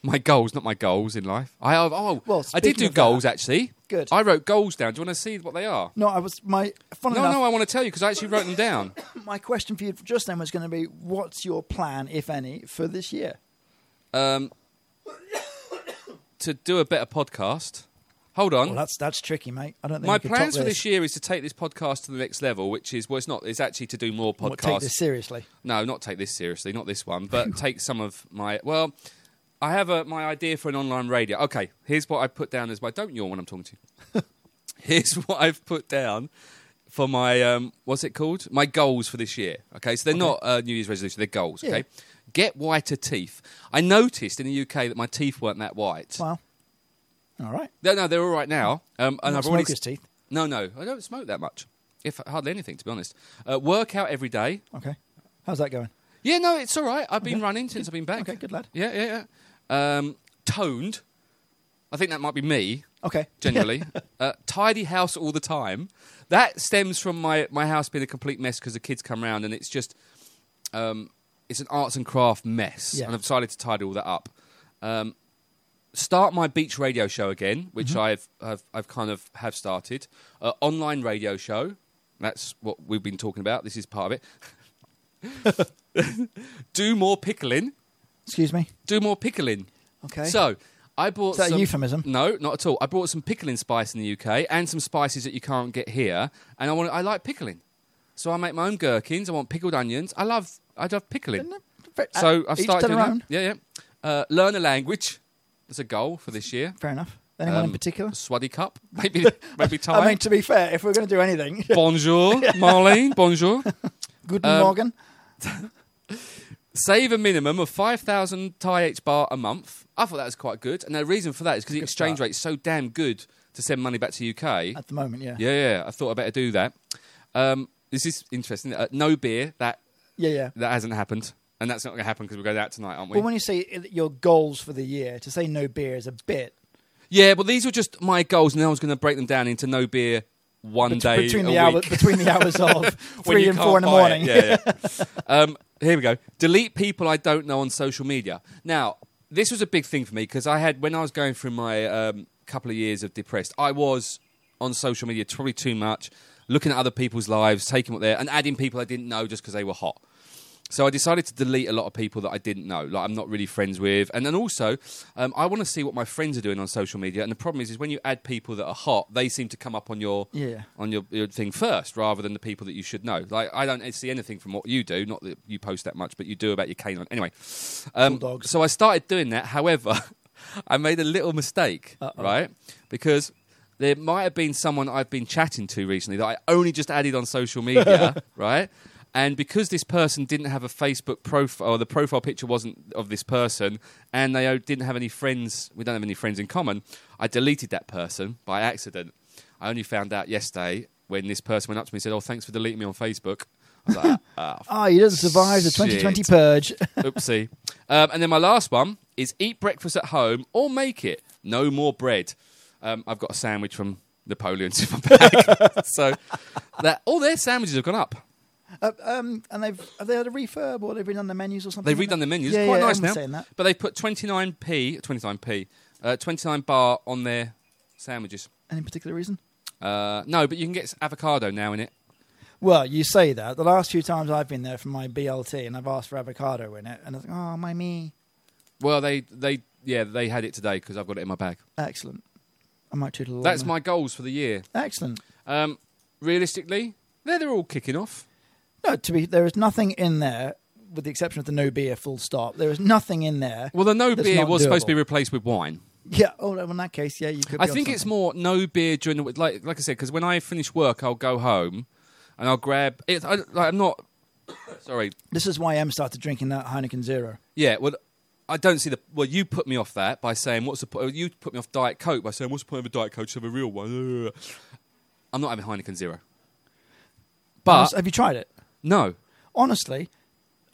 S1: my goals, not my goals in life. I have, oh,
S2: Well,
S1: I did
S2: speaking
S1: do
S2: of that-
S1: goals actually.
S2: Good.
S1: I wrote goals down. Do you want to see what they are?
S2: No, I was my. Funny
S1: No,
S2: enough,
S1: no, I want to tell you because I actually wrote them down.
S2: my question for you just then was going to be, what's your plan, if any, for this year?
S1: Um, to do a better podcast. Hold on.
S2: Well, that's that's tricky, mate. I don't think
S1: My
S2: we could top
S1: plans for
S2: this
S1: this year is to take this podcast to the next level, which is well, it's not. It's actually to do more
S2: Well, Take
S1: podcasts.
S2: this seriously.
S1: No, not take this seriously. Not this one, but take some of my. Well, I have a, my idea for an online radio. Okay, here's what I put down as my. Don't yawn when I'm talking to you. here's what I've put down for my. Um, what's it called? My goals for this year. Okay, so they're not uh, New Year's resolution. They're goals.
S2: Yeah.
S1: Okay, get whiter teeth. I noticed in the UK that my teeth weren't that white.
S2: Well, all right.
S1: No, no, they're all right now. Um, and
S2: Not
S1: I've
S2: smoke
S1: already
S2: his teeth.
S1: no, no, I don't smoke that much. If hardly anything, to be honest. Uh, work out every day.
S2: Okay. How's that going?
S1: Yeah, no, it's all right. I've been running since I've been back.
S2: Okay, good lad.
S1: Yeah, yeah, yeah. Um, toned. I think that might be me.
S2: Okay.
S1: Generally, uh, tidy house all the time. That stems from my my house being a complete mess because the kids come round and it's just um, it's an arts and craft mess.
S2: Yeah.
S1: And I've decided to tidy all that up. Um, start my beach radio show again, which
S2: Mm-hmm.
S1: I've, I've I've kind of have started. Uh, online radio show. That's what we've been talking about. This is part of it. Do more pickling.
S2: Excuse me.
S1: Do more pickling.
S2: Okay.
S1: So I bought
S2: Is that a
S1: some-
S2: euphemism?
S1: No, not at all. I bought some pickling spice in the UK and some spices that you can't get here. And I want I like pickling, so I make my own gherkins. I want pickled onions. I love I love pickling. So I've
S2: Uh,
S1: started
S2: each to their
S1: doing that.
S2: own.
S1: Yeah, yeah. Uh, learn a language. That's a goal for this year.
S2: Fair enough. Anyone
S1: Um,
S2: in particular?
S1: Swaddy cup, maybe maybe Thai.
S2: I mean, to be fair, if we're going to do anything,
S1: bonjour, Marlene. Bonjour.
S2: good
S1: Um,
S2: Morgan.
S1: Save a minimum of five thousand Thai H bar a month. I thought that was quite good, and the reason for that is because the
S2: Good
S1: exchange
S2: start.
S1: rate's so damn good to send money back to UK.
S2: At the moment, yeah.
S1: Yeah, yeah. I thought I better do that. Um, this is interesting. Uh, no beer. That
S2: Yeah, yeah.
S1: that hasn't happened, and that's not going to happen because we're going out tonight, aren't we?
S2: Well, when you say i- your goals for the year, to say no beer is a bit.
S1: yeah, but these were just my goals, and I was going to break them down into no beer one
S2: bet-
S1: day
S2: between
S1: a
S2: the hours
S1: week.
S2: between the hours of
S1: when
S2: three
S1: you
S2: and
S1: can't
S2: four in the
S1: buy
S2: morning.
S1: it. Yeah, yeah. um, here we go. Delete people I don't know on social media. Now, this was a big thing for me because I had when I was going through my um, couple of years of depressed, I was on social media probably too much, looking at other people's lives, taking what they're and adding people I didn't know just because they were hot. So I decided to delete a lot of people that I didn't know, like I'm not really friends with, and then also um, I want to see what my friends are doing on social media. And the problem is, is when you add people that are hot, they seem to come up on your
S2: Yeah.
S1: on your, your thing first rather than the people that you should know. Like I don't see anything from what you do, not that you post that much, but you do about your canine. Anyway, um,
S2: Bulldogs.
S1: so I started doing that. However, I made a little mistake,
S2: Uh-oh.
S1: right? Because there might have been someone I've been chatting to recently that I only just added on social media, right? And because this person didn't have a Facebook profile, or the profile picture wasn't of this person, and they uh, didn't have any friends, we don't have any friends in common, I deleted that person by accident. I only found out yesterday when this person went up to me and said, Oh, thanks for deleting me on Facebook. I was like, "Ah,
S2: Ah, you didn't survive the 2020 purge.
S1: Oopsie. Um, and then my last one is eat breakfast at home or make it. No more bread. Um, I've got a sandwich from Napoleon's in my bag. so that all their sandwiches have gone up.
S2: Uh, um, and they've have they had a refurb or they've redone the menus or something?
S1: They've redone the menus.
S2: Yeah,
S1: it's quite
S2: yeah, I
S1: nice
S2: remember
S1: now.
S2: saying that.
S1: But they put 29p, 29p, uh, 29 bar on their sandwiches.
S2: Any particular reason?
S1: Uh, no, but you can get avocado now in it.
S2: Well, you say that. The last few times I've been there for my BLT and I've asked for avocado in it, and I think, oh my me,
S1: Well, they, they yeah, they had it today because I've got it in my bag.
S2: excellent. I might toot a little.
S1: That's
S2: on
S1: my goals for the year.
S2: there. excellent.
S1: Um, realistically, they're, they're all kicking off.
S2: No, to be there is nothing in there, with the exception of the no beer full stop. There is nothing in there.
S1: Well, the no
S2: That's
S1: beer
S2: not
S1: was supposed to be
S2: doable.
S1: replaced with wine.
S2: Yeah. Oh, well, in that case, yeah, you could.
S1: I
S2: be on
S1: think it's
S2: something.
S1: more no beer during the week. Like, like I said, because when I finish work, I'll go home and I'll grab. It, I, like, I'm not. sorry.
S2: This is why Em started drinking that Heineken Zero.
S1: Yeah. Well, I don't see the. Well, you put me off that by saying what's the. po- You put me off Diet Coke by saying what's the point of a Diet Coke? Just have a real one. I'm not having Heineken Zero. But
S2: Honest- have you tried it?
S1: no,
S2: Honestly,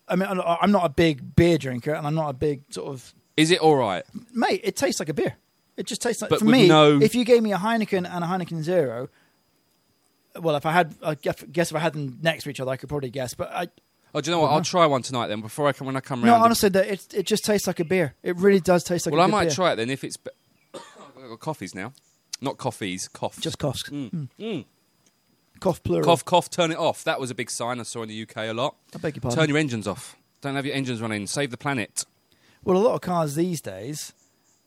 S2: I mean, I'm not- I'm not a big beer drinker, and I'm not a big sort of
S1: is it all right?
S2: mate, it tastes like a beer. It just tastes like
S1: But
S2: for
S1: with
S2: me.
S1: no-
S2: If you gave me a Heineken and a Heineken Zero, well, if I had, I guess guess if I had them next to each other, I could probably guess. But I,
S1: Oh, do you know what? I'll try one tonight then. Before I come, when I come
S2: No,
S1: round.
S2: honestly, that it it just tastes like a beer. It really does taste like.
S1: well,
S2: a
S1: I
S2: good
S1: might
S2: beer.
S1: try it then. If it's, be- I've got coffees now, not coffees, cough.
S2: Just coughs.
S1: Mm. Mm.
S2: Cough plural.
S1: cough, cough. Turn it off. That was a big sign I saw in the UK a lot.
S2: I beg your pardon.
S1: Turn your engines off. Don't have your engines running. Save the planet.
S2: Well, a lot of cars these days,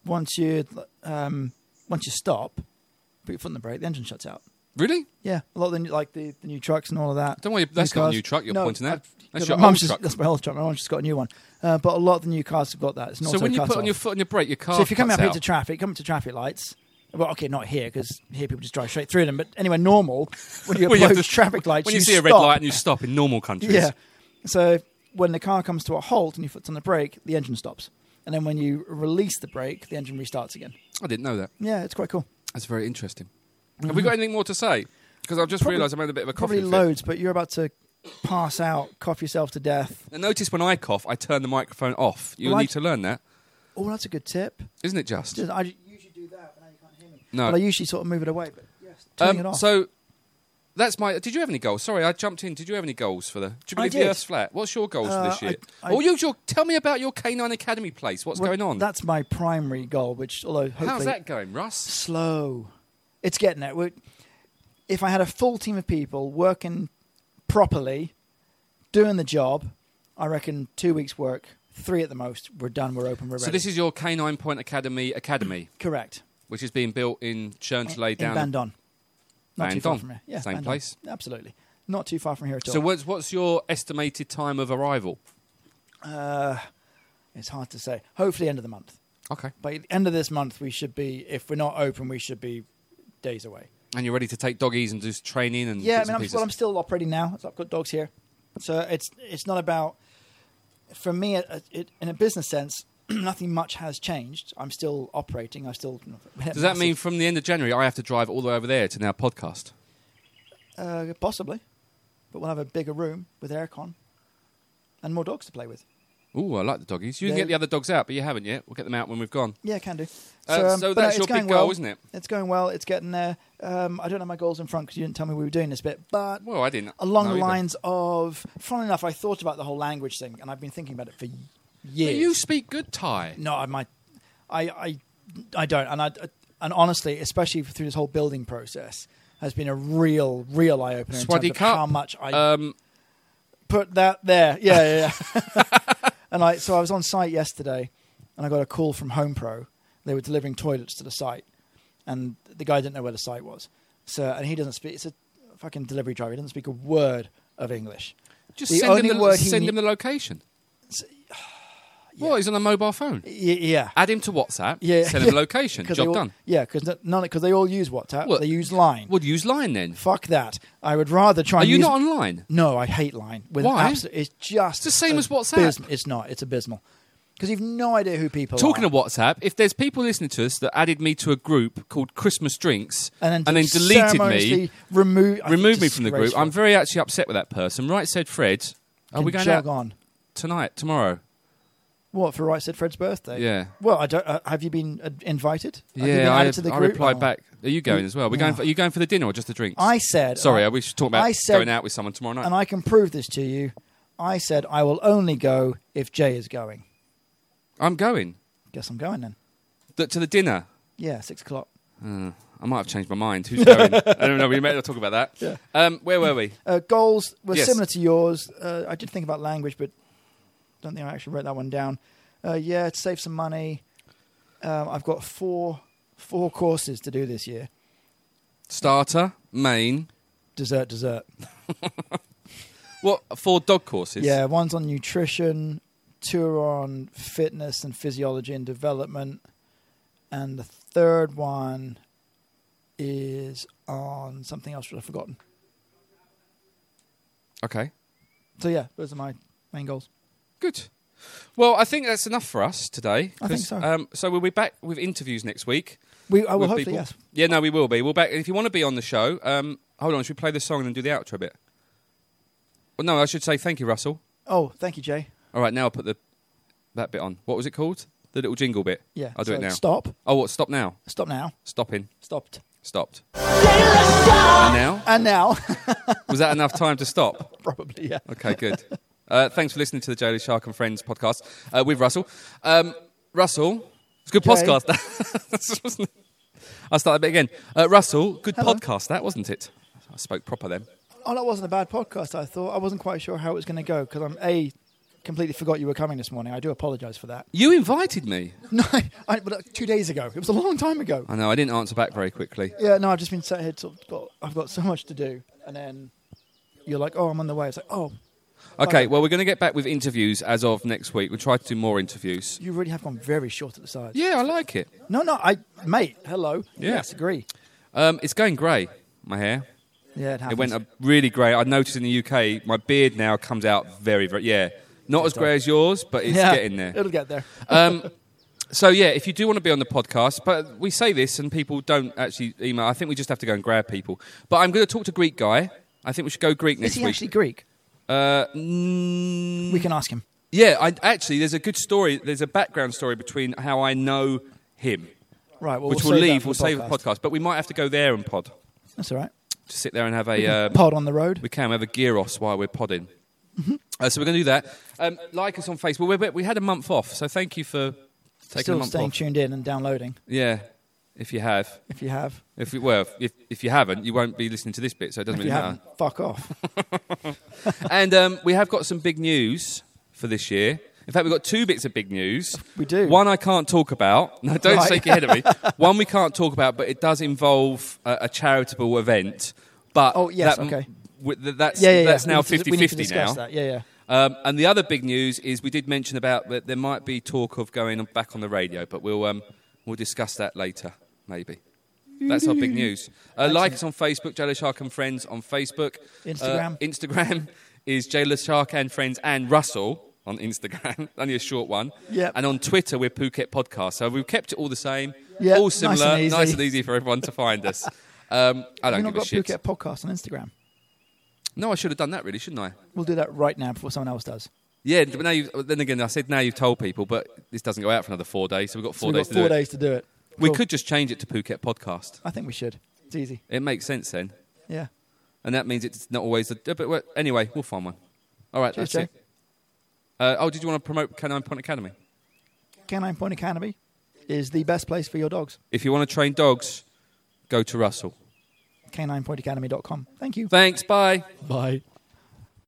S2: once you um, once you stop, put your foot on the brake, the engine shuts out.
S1: Really?
S2: Yeah, a lot of the, new- like the, the new trucks and all of that.
S1: Don't worry. That's not a
S2: cars.
S1: new truck. You're
S2: No,
S1: pointing at.
S2: I've-
S1: That's
S2: yeah,
S1: your
S2: my
S1: old
S2: mum's just-
S1: truck.
S2: That's my old truck. My mum's just got a new one. Uh, but a lot of the new cars have got that. It's an
S1: So when you
S2: auto
S1: put
S2: cut
S1: on your
S2: off.
S1: foot on your brake, your car.
S2: so if you're coming
S1: cuts
S2: up
S1: out.
S2: into traffic, coming to traffic lights. Well, okay, not here because here people just drive straight through them. But anywhere normal, when you
S1: Well, you have
S2: approach
S1: to-
S2: traffic lights,
S1: when
S2: you,
S1: you, see a red
S2: stop.
S1: light and you stop in normal countries.
S2: Yeah. So when the car comes to a halt and your foot's on the brake, the engine stops. And then when you release the brake, the engine restarts again.
S1: I didn't know that.
S2: Yeah, it's quite cool.
S1: That's very interesting. Have we got anything more to say? Because I've just
S2: Mm-hmm. Probably-
S1: realised I made a bit of a coffee.
S2: Probably
S1: fit.
S2: loads, but you're about to pass out, cough yourself to death.
S1: And notice when I cough, I turn the microphone off. You
S2: Well, I-
S1: need to learn that,
S2: Oh, that's a good tip.
S1: isn't it? Just
S2: Just- I ju- usually do that, but now you can't hear me.
S1: no.
S2: But I usually sort of move it away, but yes, turning
S1: Um,
S2: it off.
S1: So that's my. Did you have any goals? Sorry, I jumped in. Did you have any goals for the? Do you
S2: I
S1: believe the
S2: did.
S1: Earth's flat? What's your goals
S2: Uh,
S1: for this
S2: I-
S1: year?
S2: I-
S1: Or you, your, tell me about your Canine Academy place. What's
S2: Well,
S1: going on?
S2: That's my primary goal, which, although hopefully.
S1: How's that going, Russ?
S2: slow. It's getting there. We're, if I had a full team of people working properly, doing the job, I reckon two weeks' work, three at the most, we're done, we're open, we're ready.
S1: So this is your Canine Point Academy Academy,
S2: correct.
S1: which is being built in Churnchley
S2: In
S1: down.
S2: Bandon. Not too
S1: Bandon.
S2: far from here. Yeah,
S1: Same
S2: Bandon.
S1: place?
S2: Absolutely. Not too far from here at all.
S1: so what's what's your estimated time of arrival?
S2: uh, it's hard to say. Hopefully, end of the month.
S1: Okay,
S2: By the end of this month, we should be, if we're not open, we should be days away.
S1: and you're ready to take doggies and do s- training and
S2: Yeah, I
S1: Mm, bits and
S2: mean, I'm, well, I'm
S1: pieces?
S2: still operating now. So I've got dogs here, so it's it's not about. For me, it, it, in a business sense, nothing much has changed. I'm still operating. I still.
S1: Does that mean from the end of January I have to drive all the way over there to now podcast?
S2: uh, possibly? But we'll have a bigger room with aircon, and more dogs to play with.
S1: Ooh, I like the doggies. You can
S2: Yeah.
S1: get the other dogs out, but you haven't yet. We'll get them out when we've gone.
S2: Yeah, can do.
S1: Uh,
S2: um,
S1: so
S2: but, uh,
S1: that's
S2: it's
S1: your
S2: going
S1: big goal,
S2: well.
S1: isn't it?
S2: It's going well. It's getting there. Um, I don't have my goals in front because you didn't tell me we were doing this bit, but
S1: Well, I didn't.
S2: along
S1: know
S2: the
S1: either.
S2: lines of, funnily enough, I thought about the whole language thing, and I've been thinking about it for y-
S1: But
S2: years.
S1: you speak good Thai.
S2: No, I might. I I I don't, and I and honestly, especially through this whole building process, has been a real real eye opener in terms
S1: Swadee
S2: of
S1: Kap.
S2: how much I
S1: Um,
S2: put that there. Yeah, yeah. yeah. and I so I was on site yesterday, and I got a call from Home Pro. They were delivering toilets to the site, and the guy didn't know where the site was. So and he doesn't speak. It's a fucking delivery driver. He doesn't speak a word of English.
S1: just
S2: the
S1: send,
S2: only
S1: him the,
S2: word he
S1: send
S2: knew-
S1: him the location. What? He's on a mobile phone.
S2: Y- yeah.
S1: Add him to WhatsApp.
S2: Yeah.
S1: Send him the location.
S2: 'Cause
S1: Job
S2: they all-
S1: done.
S2: Yeah, because none because they all use WhatsApp.
S1: Well,
S2: they use Line.
S1: Would use Line then.
S2: Fuck that. I would rather try.
S1: Are
S2: and
S1: you
S2: use- Oh,
S1: not online?
S2: No, I hate Line. With
S1: Why?
S2: abso- it's just
S1: It's the same as WhatsApp.
S2: abysm- It's not. It's abysmal because you've no idea who people
S1: Talking
S2: are.
S1: of WhatsApp, if there's people listening to us that added me to a group called Christmas Drinks
S2: and then,
S1: deleted me,
S2: ceremoniously Remove. I think
S1: removed me from the group,
S2: disgraceful.
S1: I'm very actually upset with that person. Right said Fred. Are
S2: Can
S1: we going
S2: jog
S1: out
S2: on?
S1: tonight, tomorrow?
S2: What for? Right said Fred's birthday.
S1: Yeah.
S2: Well, I don't. Uh, have you been uh, invited? Have you been
S1: Yeah, I,
S2: added to the
S1: I
S2: group?
S1: replied
S2: No.
S1: back. Are you going as well? We're going. For, are you going for the dinner or just the drinks?
S2: I said.
S1: Sorry, uh,
S2: I,
S1: we should talk about
S2: I said-
S1: going out with someone tomorrow night.
S2: and I can prove this to you. I said I will only go if Jay is going.
S1: I'm going
S2: Guess I'm going then.
S1: Th- to the dinner.
S2: Yeah, six o'clock.
S1: Uh, I might have changed my mind. Who's going? I don't know. We may not talk about that.
S2: Yeah.
S1: Um, where were we?
S2: Uh, goals were
S1: Yes.
S2: similar to yours. Uh, I did think about language, but don't think I actually wrote that one down. Uh, yeah, to save some money. Um, I've got four four courses to do this year.
S1: Starter, main.
S2: Dessert, dessert.
S1: What four dog courses?
S2: yeah, one's on nutrition, two are on fitness and physiology and development, and the third one is on something else that I've forgotten.
S1: Okay.
S2: So yeah, those are my main goals.
S1: Good. Well, I think that's enough for us today.
S2: I think
S1: 'cause,
S2: so.
S1: Um, so we'll be back with interviews next week.
S2: We I will
S1: with
S2: hopefully
S1: people.
S2: yes.
S1: Yeah, no, we will be. We'll back. If you want to be on the show, um, hold on. Should we play the song and then do the outro a bit? Well, no, I should say thank you, Russell.
S2: Oh, thank you, Jay.
S1: All right, now I'll put the that bit on. What was it called? The little jingle bit.
S2: Yeah,
S1: I'll do
S2: so
S1: it now.
S2: Stop,
S1: Oh, what? Stop now.
S2: stop now,
S1: Stopping.
S2: stopped.
S1: Stopped. And now
S2: And now,
S1: was that enough time to stop?
S2: probably yeah.
S1: Okay, good. Uh, thanks for listening to the Jolly Shark and Friends podcast uh, with Russell. Um, Russell, it's a good
S2: Jay.
S1: podcast. That wasn't it? I'll start that bit again. Uh, Russell, good podcast that, wasn't it? I spoke proper then.
S2: Oh, that wasn't a bad podcast. I thought I wasn't quite sure how it was going to go because I'm a completely forgot you were coming this morning. I do apologise for that.
S1: You invited me.
S2: No, I, I, but, uh, two days ago. It was a long time ago.
S1: I know, I didn't answer back very quickly.
S2: Yeah, no, I've just been sat here. Sort of got, I've got so much to do, and then you're like, "Oh, I'm on the way." It's like, "Oh,
S1: Okay, well, we're going to get back with interviews as of next week. We'll try to do more interviews.
S2: you really have gone very short at the sides."
S1: Yeah, I like it.
S2: No, no, I, mate. Hello.
S1: Yeah.
S2: Yes, agree.
S1: Um, it's going grey, my hair.
S2: Yeah, it happens.
S1: It went up really grey. I noticed in the UK, my beard now comes out very, very, yeah. Not as grey as yours, but it's
S2: yeah,
S1: getting there.
S2: It'll get there.
S1: Um, so yeah, if you do want to be on the podcast, but we say this and people don't actually email. I think we just have to go and grab people. But I'm going to talk to Greek guy. I think we should go Greek
S2: Is
S1: next
S2: he
S1: week.
S2: actually Greek?
S1: uh, mm,
S2: We can ask him.
S1: yeah, I, actually, there's a good story. There's a background story between how I know him,
S2: Right. Well,
S1: which
S2: we'll
S1: we'll
S2: save that
S1: leave.
S2: for
S1: We'll save the podcast, but we might have to go there and pod.
S2: That's all right.
S1: Just sit there and have a. Uh,
S2: Pod on the road.
S1: we can have a gearos while we're podding.
S2: Mm-hmm.
S1: Uh, so we're going to do that. Um, like us on Facebook. We, we- we had a month off, so thank you for taking a
S2: Still
S1: month
S2: staying
S1: off.
S2: tuned in and downloading
S1: Yeah, if you have.
S2: if you have.
S1: If you well, if if you haven't, you won't be listening to this bit, so it doesn't
S2: If you
S1: really matter.
S2: haven't, fuck off.
S1: and um, we have got some big news for this year. In fact, we've got two bits of big news.
S2: We do.
S1: One I can't talk about. No, don't
S2: Right.
S1: shake your head at me. One we can't talk about, but it does involve a, a charitable event. But
S2: Oh, yes,
S1: that,
S2: okay.
S1: with the, that's
S2: Yeah, yeah, yeah.
S1: that's
S2: We
S1: now
S2: need to-
S1: 50
S2: we need to
S1: 50
S2: discuss
S1: now.
S2: That. Yeah, yeah.
S1: Um, and the other big news is we did mention about that there might be talk of going on- back on the radio, but we'll um, we'll discuss that later, maybe. That's our
S2: Mm-hmm.
S1: big news. Uh, like us on Facebook, Jailer Shark and Friends on Facebook. Uh,
S2: Instagram.
S1: Instagram is Jailer Shark and Friends and Russell on Instagram. Only a short one.
S2: Yep.
S1: And on Twitter, we're Phuket Podcast. So we've kept it all the same.
S2: Yep,
S1: All
S2: nice
S1: similar.
S2: and easy.
S1: for everyone to find us. Um, I don't
S2: We've not
S1: give a
S2: got
S1: shit.
S2: Phuket podcast on Instagram.
S1: No, I should have done that, really, shouldn't I?
S2: We'll do that right now before someone else does.
S1: Yeah, but now you then again, I said now you've told people, but this doesn't go out for another four days, so we've got
S2: So
S1: four
S2: we've
S1: days
S2: got
S1: to
S2: four
S1: do
S2: days to do it.
S1: it. We
S2: Cool.
S1: could just change it to Phuket Podcast.
S2: I think we should. It's easy.
S1: It makes sense then,
S2: Yeah.
S1: and that means it's not always. A, but well, anyway, we'll find one. All right,
S2: Cheers,
S1: that's
S2: Jay.
S1: it. Uh, oh, did you want to promote Canine Point Academy?
S2: Canine Point Academy is the best place for your dogs.
S1: If you want to train dogs, go to Russell.
S2: Caninepointacademy.com. Thank you.
S1: Thanks. Bye.
S2: Bye.